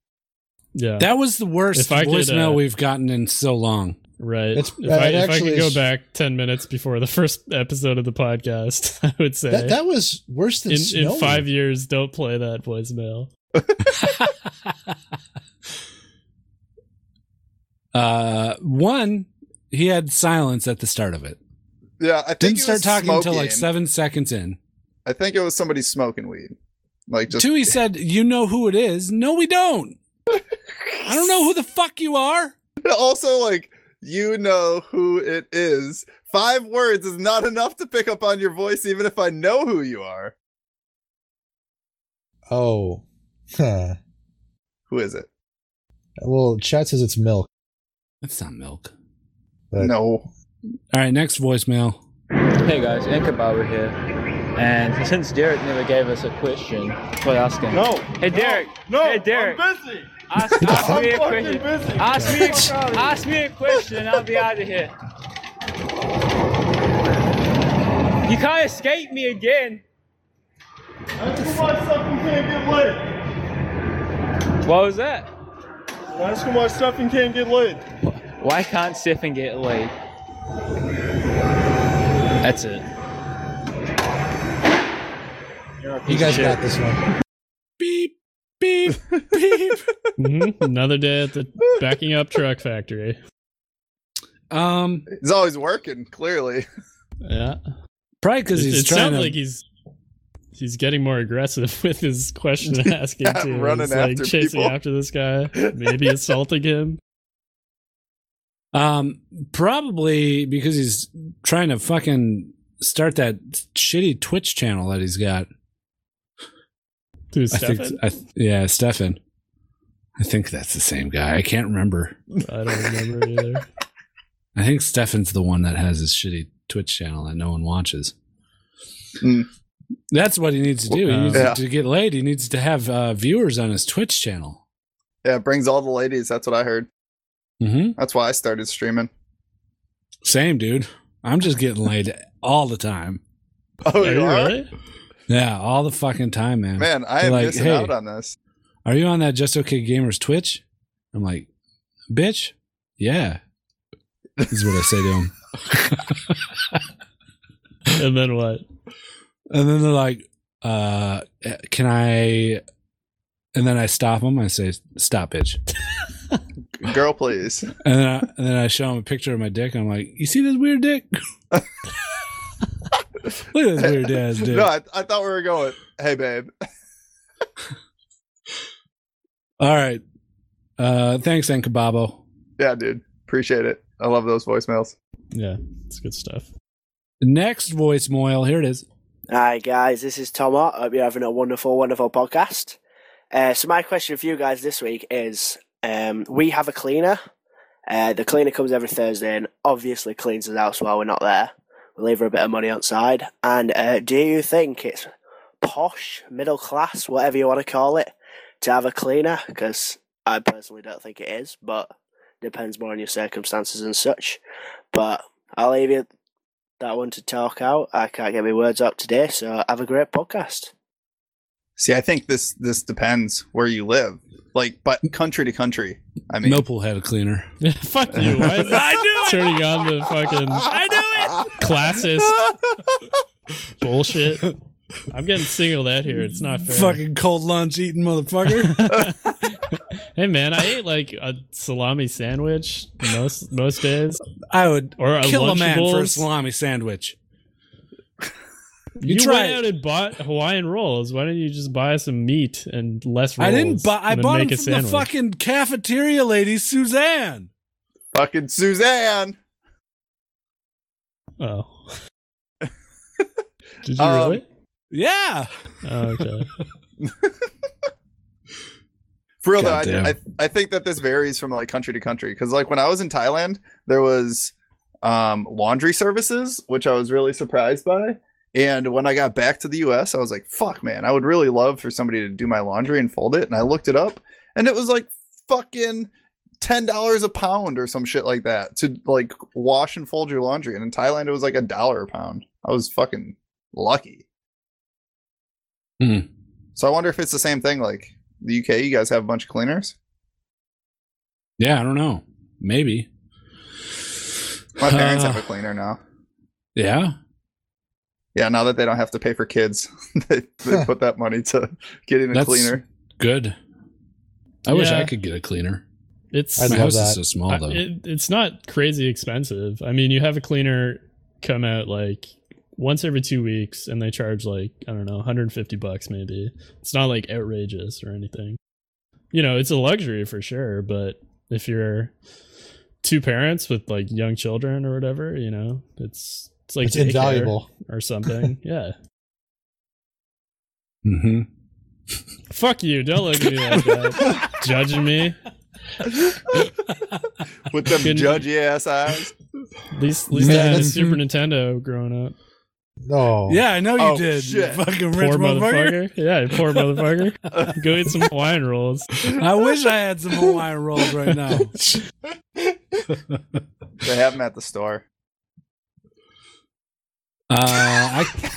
Yeah. That was the worst If I could, voicemail uh, we've gotten in so long. Right. It's- if, uh, I, it if I actually could go is- back ten minutes before the first episode of the podcast, I would say That, that was worse than in, Snowy. in five years. Don't play that voicemail. Uh, one, he had silence at the start of it. Yeah, I think Didn't it start was talking until like smoking. seven seconds in. I think it was somebody smoking weed. Like just Two, he said, "You know who it is?" No, we don't. I don't know who the fuck you are. also like you know who it is. Five words is not enough to pick up on your voice, even if I know who you are. Oh. Huh. Who is it? Well, chat says it's milk. That's not Ah, milk. no. All right, next voicemail. Hey guys, Inkababa here. And since Derek never gave us a question, we're asking. No, Hey Derek. No. Hey Derek. I'm busy. Ask, ask me a question. busy. Ask me. A, ask me a question. and I'll be out of here. You can't escape me again. I just watch stuff and can't get laid. What was that? I just watch stuff and can't get laid. Why can't Stefan get laid? That's it. You guys got this one. Beep beep. Mhm. Another day at the backing up truck factory. Um, it's always working. Clearly, Yeah. Probably 'cause It- he's It trying sounds to- like he's he's getting more aggressive with his question and asking Yeah, too. running He's, like after chasing people. after this guy, maybe assaulting him. Um, probably because he's trying to fucking start that shitty Twitch channel that he's got. Dude, I think, Stefan? I th- yeah, Stefan. I think that's the same guy. I can't remember. I don't remember either. I think Stefan's the one that has his shitty Twitch channel that no one watches. That's what he needs to do. He Uh, needs Hmm. yeah. to get laid. He needs to have uh, viewers on his Twitch channel. yeah, it brings all the ladies. That's what I heard. Mm-hmm. That's why I started streaming. Same, dude. I'm just getting laid all the time. Oh, you are? Yeah, all the fucking time, man. Man, I They're am like, missing "Hey, out on this. Are you on that Just Okay Gamers Twitch? I'm like, bitch, Yeah. Is what I say to him. and then what? And then they're like, uh, can I? And then I stop them. I say, stop, bitch. Girl, please. And then, I, and then I show him a picture of my dick. And I'm like, you see this weird dick? Look at this weird ass dick. No, I, I thought we were going. Hey, babe. All right. Uh, thanks, Ankababo. Yeah, dude. Appreciate it. I love those voicemails. Yeah, it's good stuff. Next voicemail. Here it is. Hi guys, this is Tom Hart. Hope you're having a wonderful, wonderful podcast. Uh, so my question for you guys this week is: um, We have a cleaner. Uh, the cleaner comes every Thursday and obviously cleans us out while we're not there. We leave her a bit of money outside. And uh, do you think it's posh, middle class, whatever you want to call it, to have a cleaner? Because I personally don't think it is, but depends more on your circumstances and such. But I'll leave you that one to talk out. I can't get my words out today, so have a great podcast. See, I think this this depends where you live, like, but country to country. I mean, Millpool had a cleaner. Fuck you. Why is I knew turning on the fucking I knew it. classist bullshit? I'm getting singled out here. It's not fair. Fucking cold lunch eating motherfucker. Hey man, I ate like a salami sandwich most most days. I would or a Kill a man for a Lunchables. salami sandwich. You, try went out and bought Hawaiian rolls. Why don't you just buy some meat and less rolls? I didn't buy. I and then bought make them from a the sandwich? fucking cafeteria lady, Suzanne. Fucking Suzanne. Oh. Did you Um, really? Oh, Yeah. okay. For real Goddamn. though, I, I I think that this varies from like country to country because like when I was in Thailand, there was um, laundry services, which I was really surprised by. And when I got back to the U.S., I was like, "Fuck, man! I would really love for somebody to do my laundry and fold it." And I looked it up, and it was like fucking ten dollars a pound or some shit like that to like wash and fold your laundry. And in Thailand, it was like a dollar a pound. I was fucking lucky. Hmm. So I wonder if it's the same thing. Like the UK, you guys have a bunch of cleaners. Yeah, I don't know. Maybe. My parents have Uh, a cleaner now. Yeah. Yeah, now that they don't have to pay for kids, they, they put that money to getting a That's cleaner. Good. I wish I Yeah. could get a cleaner. It's my house is so small I- though. it- it's not crazy expensive. I mean, you have a cleaner come out like once every two weeks, and they charge like I don't know, 150 bucks maybe. It's not like outrageous or anything. You know, it's a luxury for sure. But if you're two parents with like young children or whatever, you know, it's it's like It's daycare invaluable. or something. yeah. Mm-hmm. Fuck you! Don't look at me like that, judging me. With them Couldn't- judgy ass eyes. At least, at least I had a Super Nintendo growing up. No. Yeah, I know you Oh, did. you shit. fucking Poor rich motherfucker. motherfucker. Yeah, you poor motherfucker. Go eat some Hawaiian rolls. I wish I had some Hawaiian rolls right now. They have them at the store. Uh, I,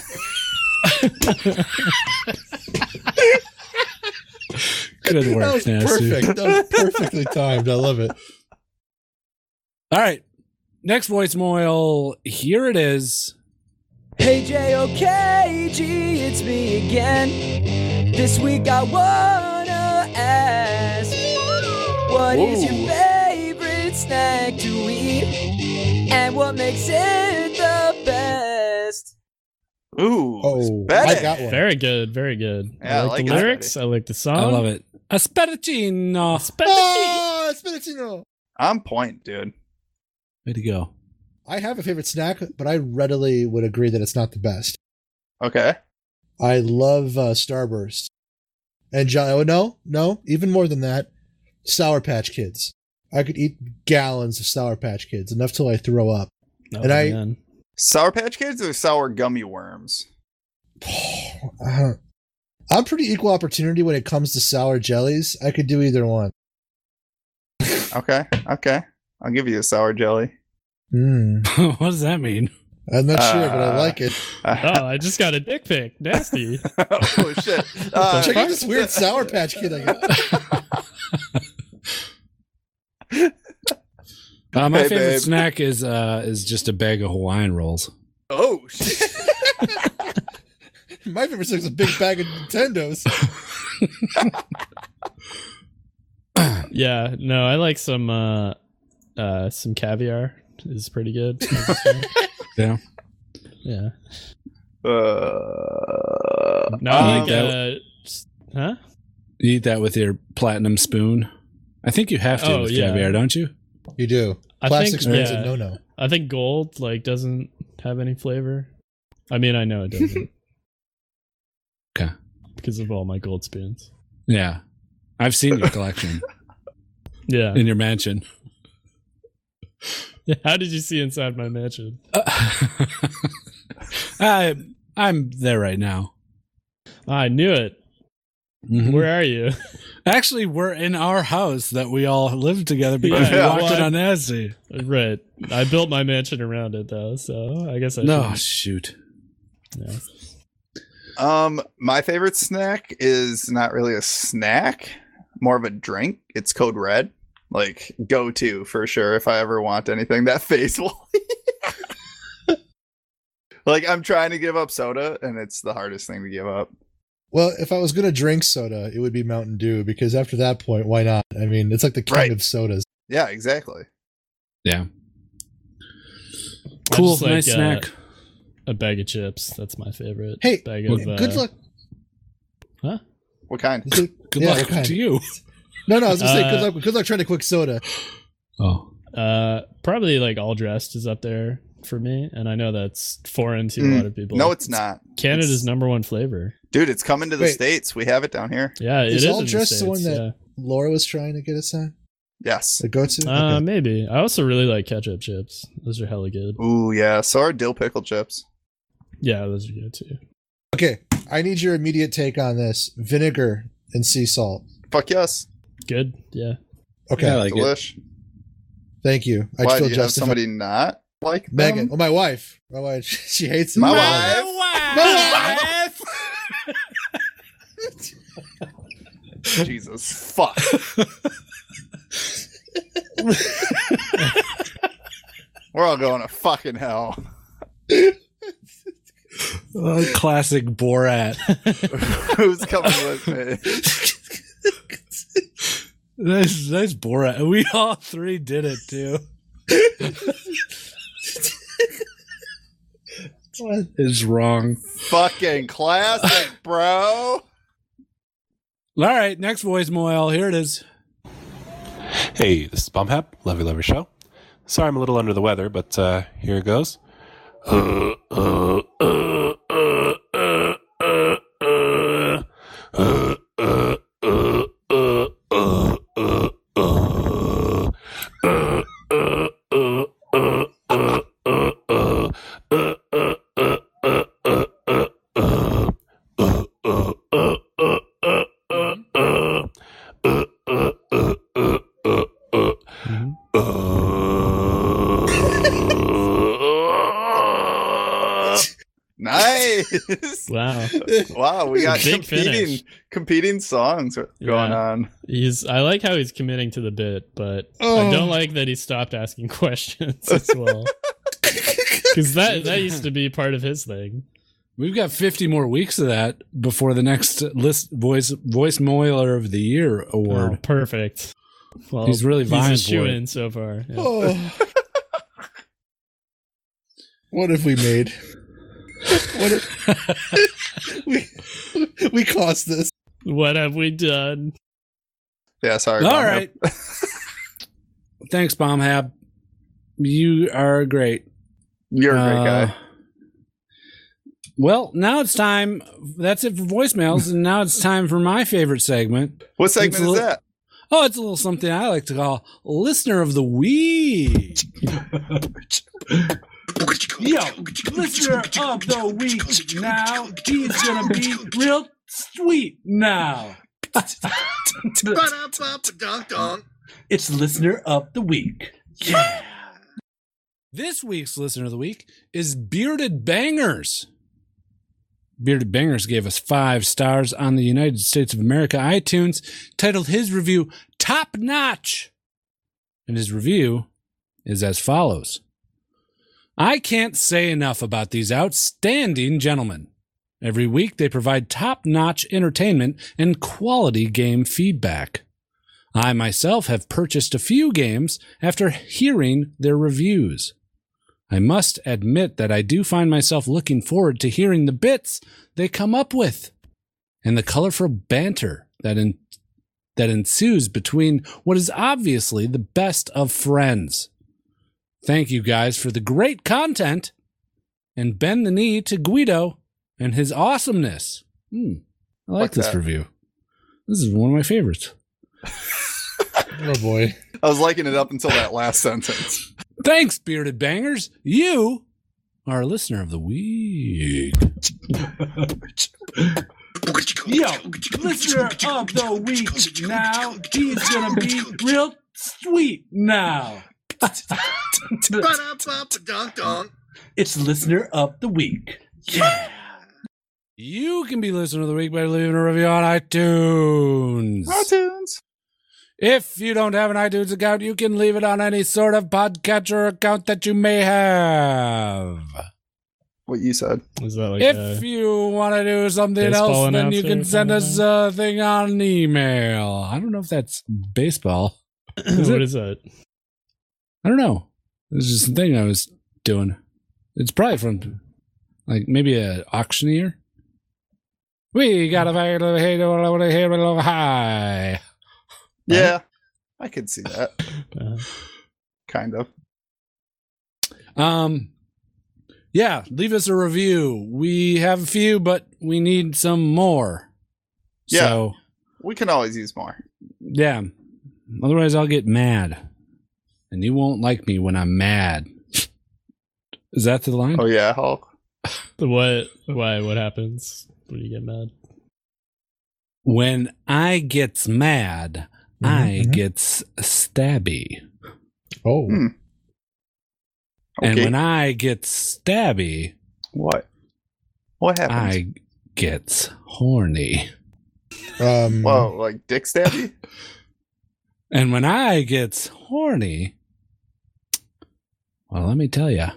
Good work, That was Nasty. perfect. That was perfectly timed. I love it. All right. Next voicemail. Here it is. Hey JOKG, it's me again. This week I wanna ask, what is Whoa. your favorite snack to eat, and what makes it the best? Ooh, oh, I got one. Very good, very good. Yeah, I I like, the like it lyrics. I like the song. I love it. Aspettino. Oh, Spinatino. I'm point, dude. Way to go. I have a favorite snack, but I readily would agree that it's not the best. Okay. I love uh, Starburst. And John, oh no, no, even more than that, Sour Patch Kids. I could eat gallons of Sour Patch Kids, enough till I throw up. Oh, and I, man. Sour Patch Kids or sour gummy worms? I don't, I'm pretty equal opportunity when it comes to sour jellies. I could do either one. Okay, okay. I'll give you a sour jelly. Mm. what does that mean? I'm not sure, but I Uh, like it. Oh, I just got a dick pic. Nasty. oh shit! Uh, Check out this weird Sour Patch Kid I got. Uh, my Hey, favorite babe. snack is uh, is just a bag of Hawaiian rolls. Oh, My favorite snack is a big bag of Nintendos. Yeah, no, I like some uh uh some caviar is pretty good. yeah. Yeah. Uh, No, I You like eat that- uh s- huh? you eat that with your platinum spoon. I think you have to Oh, with yeah. caviar, don't you? You do. I think- Plastic spoons yeah. a no no. I think gold like doesn't have any flavor. I mean, I know it doesn't. Okay. Because of all my gold spoons. Yeah, I've seen your collection Yeah. in your mansion. How did you see inside my mansion? Uh, I I'm there right now. Mm-hmm. I knew it. Where are you? Actually, we're in our house that we all live together because Yeah, we walked well, in I- on Ashley. Right. I built my mansion around it though, so I guess I No, should. shoot. Yeah. Um, my favorite snack is not really a snack, more of a drink. It's Code Red, like go to for sure if I ever want anything. That face will. like I'm trying to give up soda, and it's the hardest thing to give up. Well, if I was going to drink soda, it would be Mountain Dew because after that point, why not? I mean, it's like the king of sodas. Yeah, exactly. Yeah. I Cool, just like, nice uh, snack. A bag of chips. That's my favorite. Hey, bag uh, well, good luck. Huh? What kind? Good luck to you. No, no, I was going to say Uh, good luck. Good luck trying to quick soda. Uh, probably like all dressed is up there for me, and I know that's foreign to a Mm. lot of people. No, it's not. Canada's It's- number one flavor. Dude, it's coming to the Wait. states. We have it down here. Yeah, it Is is all in the dressed the one States, that Laura was trying to get us on? Yes. The go to? Uh, maybe. I also really like ketchup chips. Those are hella good. Ooh, yeah. So are dill pickle chips. Yeah, those are good too. Okay, I need your immediate take on this vinegar and sea salt. Fuck yes. Good. Yeah. Okay. Yeah, I like it. Delish. Thank you. I Why feel do you have justified. somebody not like them? Megan, well, my wife. My wife. She hates it. My wife. Jesus fuck. We're all going to fucking hell. Uh, classic Borat. Who's coming with me? That's that's Borat. We all three did it too. what is wrong? Fucking classic, bro. All right, next voicemail. Here it is. Hey, this is Bumhap, Lovey Lover Show. Sorry I'm a little under the weather, but uh, here it goes. Uh, nice. Wow. Wow, we got Big competing finish. competing songs going on. He's. I like how he's committing to the bit, but I Oh. don't like that he stopped asking questions as well. Because that that used to be part of his thing. We've got 50 more weeks of that before the next list voice voicemailer of the year award. Oh, perfect. Well, he's really vying he's a for in it. so far. yeah. Oh. what have we made? What if- we Oh. we caused this. What have we done? Yeah, sorry. All right. Thanks, Bomb Hab. You are great. Uh, You're a great guy. Well, now it's time. That's it for voicemails, and now it's time for my favorite segment. What It's a segment is little- that? Oh, it's a little something I like to call "Listener of the Week." Yo, listener of the week now. He's gonna be real sweet now. it's listener of the week. Yeah. This week's listener of the week is Bearded Bangers. Bearded Bangers gave us five stars on the United States of America iTunes, titled his review Top Notch. And his review is as follows I can't say enough about these outstanding gentlemen. Every week, they provide top notch entertainment and quality game feedback. I myself have purchased a few games after hearing their reviews. I must admit that I do find myself looking forward to hearing the bits they come up with and the colorful banter that en- that ensues between what is obviously the best of friends. Thank you guys for the great content and bend the knee to Guido and his awesomeness. Hmm. I like Fuck this that. review. This is one of my favorites. Oh boy. I was liking it up until that last sentence. Thanks, bearded bangers. You are a listener of the week. Yo, listener of the week now. He's gonna be real sweet now. It's listener of the week. Yeah. You can be listener of the week by leaving a review on iTunes. iTunes. If you don't have an iTunes account, you can leave it on any sort of podcatcher account that you may have. What you said. Is that like if you want to do something baseball else, then you announcer can or send us a thing on email. I don't know if that's baseball. What it? is that? I don't know. This is the thing I was doing. It's probably from like maybe a auctioneer. We got a high. Yeah, I could see that. Uh-huh. kind of. Um, yeah, leave us a review. We have a few, but we need some more. Yeah. So We can always use more. yeah, otherwise I'll get mad, and you won't like me when I'm mad. Is that the line? Oh yeah, Hulk. What? Why? What happens when you get mad? When I gets mad, Mm-hmm, I gets stabby. Oh. Hmm. And Okay. when I gets stabby, what? What happens? I gets horny. Mm-hmm. Um, Whoa, like dick stabby? And when I gets horny, well, let me tell you,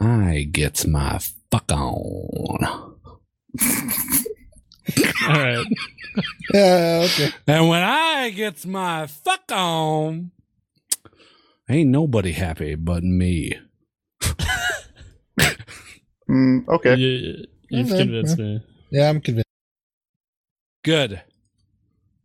I gets my fuck on. All right. Yeah, okay. And when I gets my fuck on, ain't nobody happy but me. okay. You, you've Mm, Okay, convinced yeah. me. Yeah, I'm convinced. Good.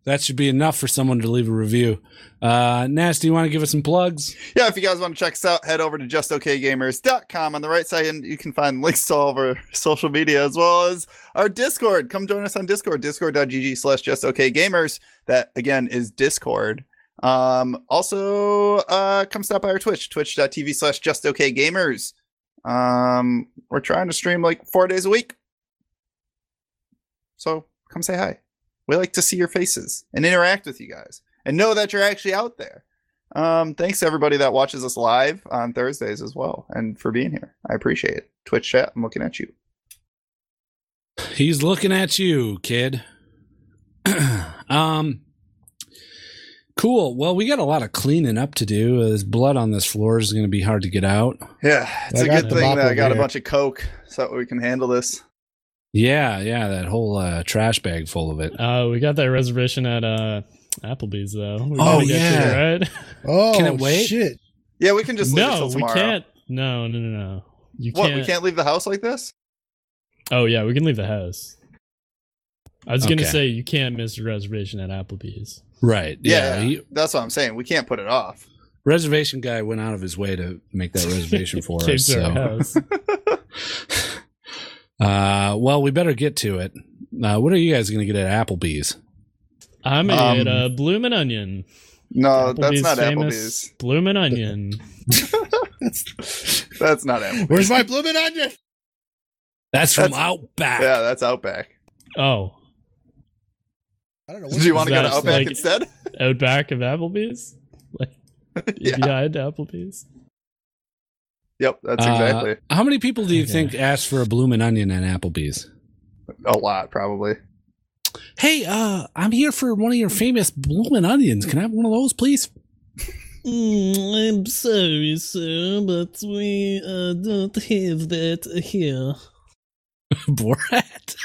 That should be enough for someone to leave a review. Uh, Nasty, you want to give us some plugs? Yeah, if you guys want to check us out, head over to justokgamers.com. On the right side, and you can find links to all of our social media as well as our Discord. Come join us on Discord, discord.gg slash justokgamers. That, again, is Discord. Um, also, uh, come stop by our Twitch, twitch.tv slash justokgamers. Um, we're trying to stream like four days a week. So come say hi. We like to see your faces and interact with you guys and know that you're actually out there. Um, thanks to everybody that watches us live on Thursdays as well and for being here. I appreciate it. Twitch chat, I'm looking at you. He's looking at you, kid. um, cool. Well, we got a lot of cleaning up to do. There's blood on this floor is going to be hard to get out. Yeah, it's I a got good the thing mop that I over got a here. bunch of coke so that we can handle this. Yeah, yeah, that whole uh, trash bag full of it. Uh, we got that reservation at uh Applebee's though. We Oh, gotta get to it, yeah. right. Oh Can it wait? shit. Yeah, we can just leave it no, till we tomorrow. can't. No, no, no, no. You what? can't. We can't leave the house like this? Oh yeah, we can leave the house. I was gonna Okay. say you can't miss a reservation at Applebee's. Right. Yeah. Yeah, he- that's what I'm saying. We can't put it off. reservation guy went out of his way to make that reservation for Came us. to our So, house. uh, well, we better get to it. Uh, what are you guys going to get at Applebee's? I'm gonna Um, get a uh, bloomin' onion. No, uh, that's not famous Bloomin' onion. That's not Applebee's. Where's my blooming onion? That's from Outback. Yeah, that's Outback. Oh, I don't know. Do you want to go to That's Outback like- instead? Outback of Applebee's. Like behind Applebee's. Yep, that's Uh, exactly. How many people do you think asked for a bloomin' onion at Applebee's? A lot, probably. Hey, uh, I'm here for one of your famous bloomin' onions. Can I have one of those, please? Mm, I'm sorry, sir, but we uh, don't have that here. Borat?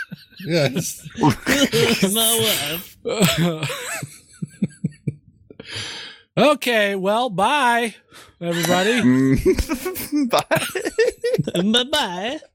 Yes. My wife. okay, well, Mm. bye, everybody. bye bye.